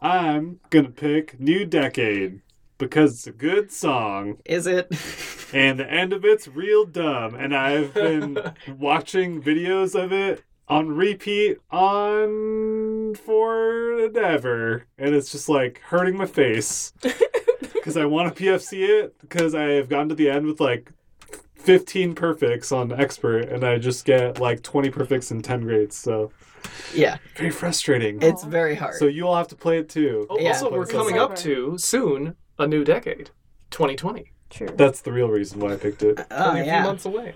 Speaker 1: I'm gonna pick New Decade because it's a good song
Speaker 3: is it [LAUGHS]
Speaker 1: and the end of it's real dumb. And I've been watching videos of it on repeat on forever. And it's just like hurting my face because I want to PFC it because I have gotten to the end with like 15 perfects on expert and I just get like 20 perfects in 10 grades. So
Speaker 3: yeah
Speaker 1: very frustrating.
Speaker 3: it's very hard
Speaker 1: So you'll have to play it too.
Speaker 2: Oh,
Speaker 3: Yeah.
Speaker 2: Also, we're coming up to soon a new decade, 2020.
Speaker 4: True.
Speaker 1: That's the real reason why I picked it.
Speaker 3: oh
Speaker 2: Only a few
Speaker 3: yeah
Speaker 2: months away.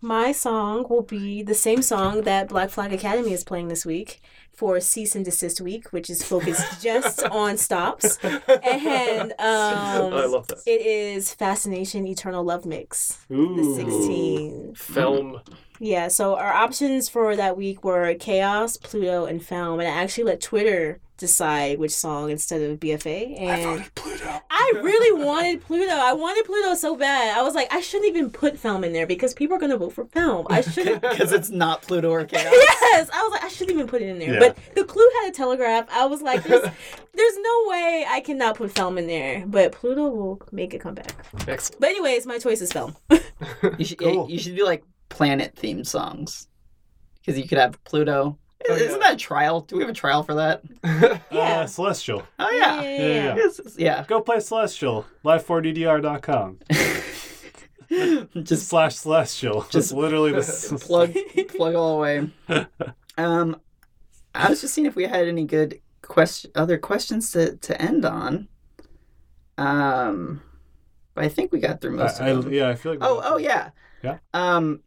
Speaker 4: My song will be the same song that Black Flag Academy is playing this week for Cease and Desist Week, which is focused just on stops. And um,
Speaker 2: [LAUGHS] I love that.
Speaker 4: it is Fascination Eternal Love Mix,
Speaker 1: Ooh.
Speaker 4: the 16.
Speaker 2: Film.
Speaker 4: Yeah, so our options for that week were Chaos, Pluto, and Film. And I actually let Twitter decide which song instead of BFA. And
Speaker 1: Pluto.
Speaker 4: I really wanted Pluto. I wanted Pluto so bad. I was like, I shouldn't even put Film in there because people are going to vote for Film.
Speaker 1: [LAUGHS]
Speaker 4: I shouldn't.
Speaker 3: because it's not Pluto or Chaos.
Speaker 4: Yes, I was like, I shouldn't even put it in there.
Speaker 1: Yeah.
Speaker 4: But the clue had a telegraph. I was
Speaker 1: [LAUGHS]
Speaker 4: like, there's, there's no way I cannot put film in there. But Pluto will make a comeback.
Speaker 2: Excellent. [LAUGHS]
Speaker 4: But anyways, my choice is film.
Speaker 3: You should,
Speaker 1: Cool.
Speaker 3: you should do like planet themed songs because you could have Pluto.
Speaker 2: Oh,
Speaker 3: Isn't
Speaker 2: yeah.
Speaker 3: that a trial? Do we have a trial for that?
Speaker 1: Uh, Celestial.
Speaker 3: Oh yeah,
Speaker 1: Yeah, yeah, yeah.
Speaker 3: Yes, yes, yeah. [LAUGHS]
Speaker 1: Go play Celestial. Live4ddr.com
Speaker 3: Just
Speaker 1: slash [LAUGHS]
Speaker 3: [LAUGHS]
Speaker 1: Celestial. Just literally the s-
Speaker 2: [LAUGHS]
Speaker 3: plug plug all the way. Um, I was just seeing if we had any good question, other questions to, to end on. Um, but I think we got through
Speaker 1: [LAUGHS]
Speaker 3: most
Speaker 1: I, I-
Speaker 3: of them.
Speaker 1: yeah, I feel like.
Speaker 3: Oh, oh yeah.
Speaker 1: Yeah.
Speaker 3: Um,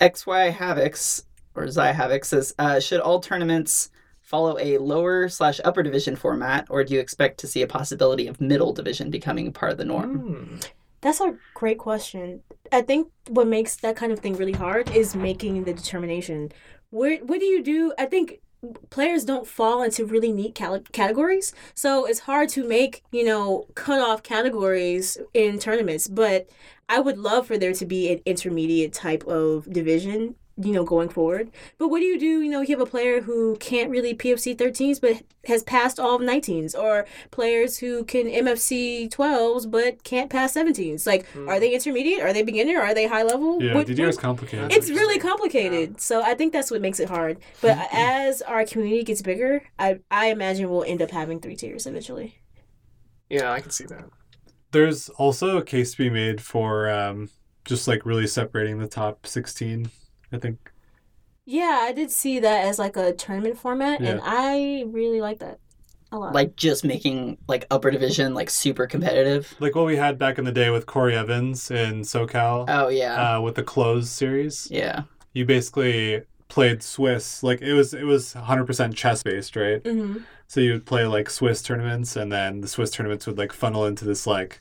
Speaker 3: XY Havocs or Zy Havocs says, uh, should all tournaments follow a lower slash upper division format, or do you expect to see a possibility of middle division becoming part of the norm?
Speaker 2: Hmm.
Speaker 4: That's a great question. I think what makes that kind of thing really hard is making the determination. Where what do you do? I think players don't fall into really neat cal- categories, so it's hard to make you know cutoff categories in tournaments. But I would love for there to be an intermediate type of division. You know, going forward. But what do you do? You know, you have a player who can't really PFC 13s, but has passed all of 19s, or players who can MFC 12s but can't pass 17s. Like, are they intermediate? Are they beginner? Are they high level?
Speaker 1: Yeah,
Speaker 4: What-
Speaker 1: DDR is
Speaker 4: what-
Speaker 1: complicated.
Speaker 2: That's
Speaker 4: it's really complicated. So I think that's what makes it hard. But
Speaker 3: Mm-hmm.
Speaker 4: as our community gets bigger, I I imagine we'll end up having three tiers eventually.
Speaker 2: Yeah, I can see that.
Speaker 1: There's also a case to be made for um, just like really separating the top 16. I think
Speaker 4: Yeah, I did see that as like a tournament format, and
Speaker 1: Yeah.
Speaker 4: I really like that a
Speaker 1: Hmm.
Speaker 4: lot.
Speaker 3: Like just making like upper division like super competitive.
Speaker 1: like what we had back in the day with Corey Evans in SoCal
Speaker 3: Oh yeah,
Speaker 1: uh, with the close series.
Speaker 3: yeah.
Speaker 1: You basically played Swiss like it was it was 100% chess based, right?
Speaker 4: hmm
Speaker 1: So you would play like Swiss tournaments, and then the Swiss tournaments would like funnel into this like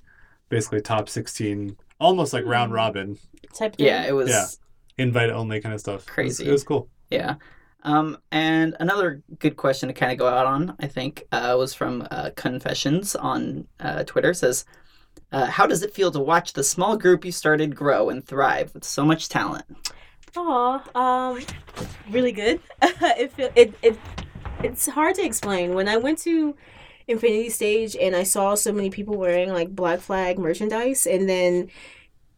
Speaker 1: basically top 16, almost like round
Speaker 4: Hmm.
Speaker 1: robin,
Speaker 4: type thing.
Speaker 3: Yeah, it was.
Speaker 1: Yeah. invite only kind of stuff. It was-
Speaker 3: Crazy.
Speaker 1: It was cool. [LAUGHS]
Speaker 3: Yeah. Um, and another good question to kind of go out on, I think, uh, was from uh, Confessions on uh, Twitter. Says, uh, "How does it feel to watch the small group you started grow and thrive with so much talent?"
Speaker 4: Aw, um, really good. [LAUGHS] it, feel, it it it's hard to explain. When I went to Infinity Stage and I saw so many people wearing like Black Flag merchandise, and then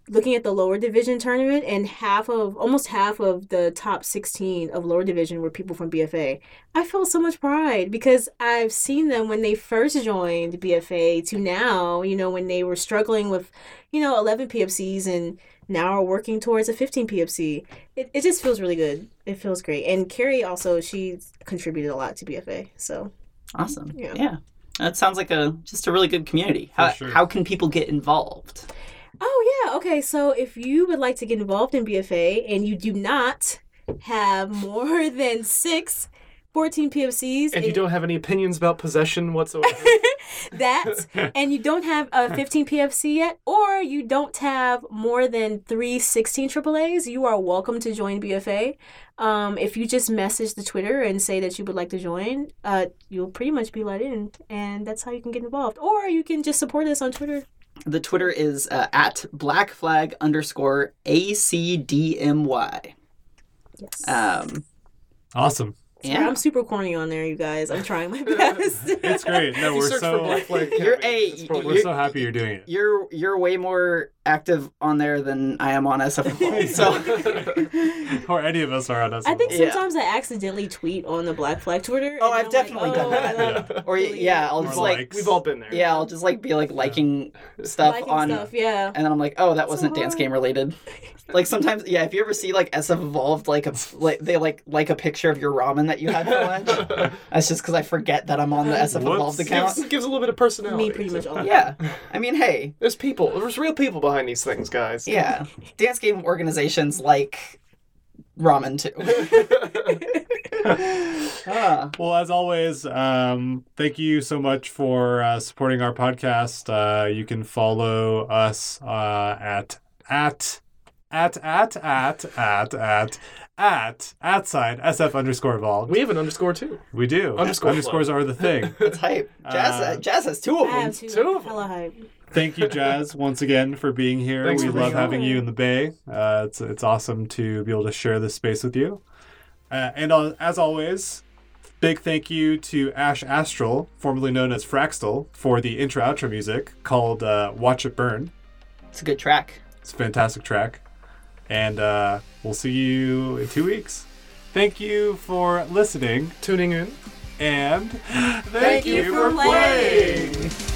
Speaker 4: looking at the lower division tournament, and half of almost half of the top sixteen of lower division were people from BFA. I felt so much pride because I've seen them when they first joined BFA to now. You know when they were struggling with, you know, eleven PFCs and now are working towards a 15 PFC. It, it just feels really good. It feels great. And Carrie also, she contributed a lot to BFA. So
Speaker 3: Awesome.
Speaker 4: Yeah.
Speaker 3: That sounds like a just a really good community. How
Speaker 1: sure.
Speaker 3: how can people get involved?
Speaker 4: Oh, yeah. Okay. So if you would like to get involved in BFA and you do not have more [LAUGHS] than six 14 PFCs,
Speaker 2: And you don't have any opinions about possession whatsoever.
Speaker 3: [LAUGHS]
Speaker 4: that, and you don't have a 15 PFC yet, or you don't have more than three 16 AAAs, you are welcome to join BFA. Um, if you just message the Twitter and say that you would like to join, uh, you'll pretty much be let in, and that's how you can get involved. Or you can just support us on Twitter.
Speaker 3: The Twitter is uh, at black flag underscore acdmy.
Speaker 4: Yes.
Speaker 3: Um,
Speaker 1: Awesome.
Speaker 3: yeah.
Speaker 4: I'm super corny on there, you guys. I'm trying my best.
Speaker 1: It's great. No,
Speaker 2: If [LAUGHS] you
Speaker 1: we're
Speaker 2: search for
Speaker 1: so
Speaker 2: Black Flag
Speaker 3: You're-
Speaker 2: Academy, it's
Speaker 3: hey,
Speaker 2: probably-
Speaker 1: [LAUGHS] we're so happy you're doing it.
Speaker 3: You're you're way more active on there than I am on SFL. so
Speaker 1: or any of us are on us.
Speaker 4: [LAUGHS] I think
Speaker 3: Yeah.
Speaker 4: sometimes I accidentally tweet on the Black Flag Twitter.
Speaker 3: Oh,
Speaker 4: and
Speaker 3: I've
Speaker 4: I'm like,
Speaker 3: definitely done
Speaker 4: oh,
Speaker 3: that.
Speaker 4: I love-
Speaker 3: or y- yeah, I'll
Speaker 1: Or
Speaker 3: just like
Speaker 1: likes.
Speaker 2: [LAUGHS] We've all been there.
Speaker 3: yeah, I'll just like be like liking stuff
Speaker 4: liking
Speaker 3: on
Speaker 4: stuff, yeah.
Speaker 3: and then I'm like, oh, that wasn't dance
Speaker 4: hard.
Speaker 3: game related. like sometimes, yeah, if you ever see like SF evolved, like a like they like like a picture of your ramen that you had for
Speaker 1: [LAUGHS]
Speaker 3: lunch. That's just because I forget that I'm on the SF evolved
Speaker 1: Whoops. [LAUGHS]
Speaker 3: account.
Speaker 2: Gives, gives a little bit of personality.
Speaker 4: Me pretty much all.
Speaker 3: Yeah, I mean, hey,
Speaker 2: There's people. There's real people behind these things, guys.
Speaker 3: yeah, dance game organizations like
Speaker 1: [LAUGHS]
Speaker 3: ramen too. [LAUGHS] Ah,
Speaker 1: Well, as always, um, thank you so much for uh, supporting our podcast. Uh, you can follow us uh, at at at at at at at at at side sf underscore evolved.
Speaker 2: We have an underscore too.
Speaker 1: We do
Speaker 2: Underscore
Speaker 1: underscores are the thing.
Speaker 3: that's hype. Jazz,
Speaker 1: Uh,
Speaker 3: Jazz has two of
Speaker 4: I
Speaker 3: them.
Speaker 4: have two.
Speaker 2: Two of them.
Speaker 4: Hella hype.
Speaker 1: Thank you, Jazz, once again for being here.
Speaker 2: Thanks
Speaker 1: we
Speaker 2: for
Speaker 1: love
Speaker 2: being
Speaker 1: having
Speaker 4: on.
Speaker 1: you in the Bay. Uh, it's it's awesome to be able to share this space with you. Uh, and al- as always, big thank you to Ash Astral, formerly known as Fraxtel, for the intro outro music called uh, "Watch It Burn."
Speaker 3: It's a good track.
Speaker 1: It's a fantastic track, and uh, we'll see you in two weeks. Thank you for listening,
Speaker 2: Tuning in.
Speaker 1: and [GASPS] thank,
Speaker 4: you for playing.
Speaker 1: playing.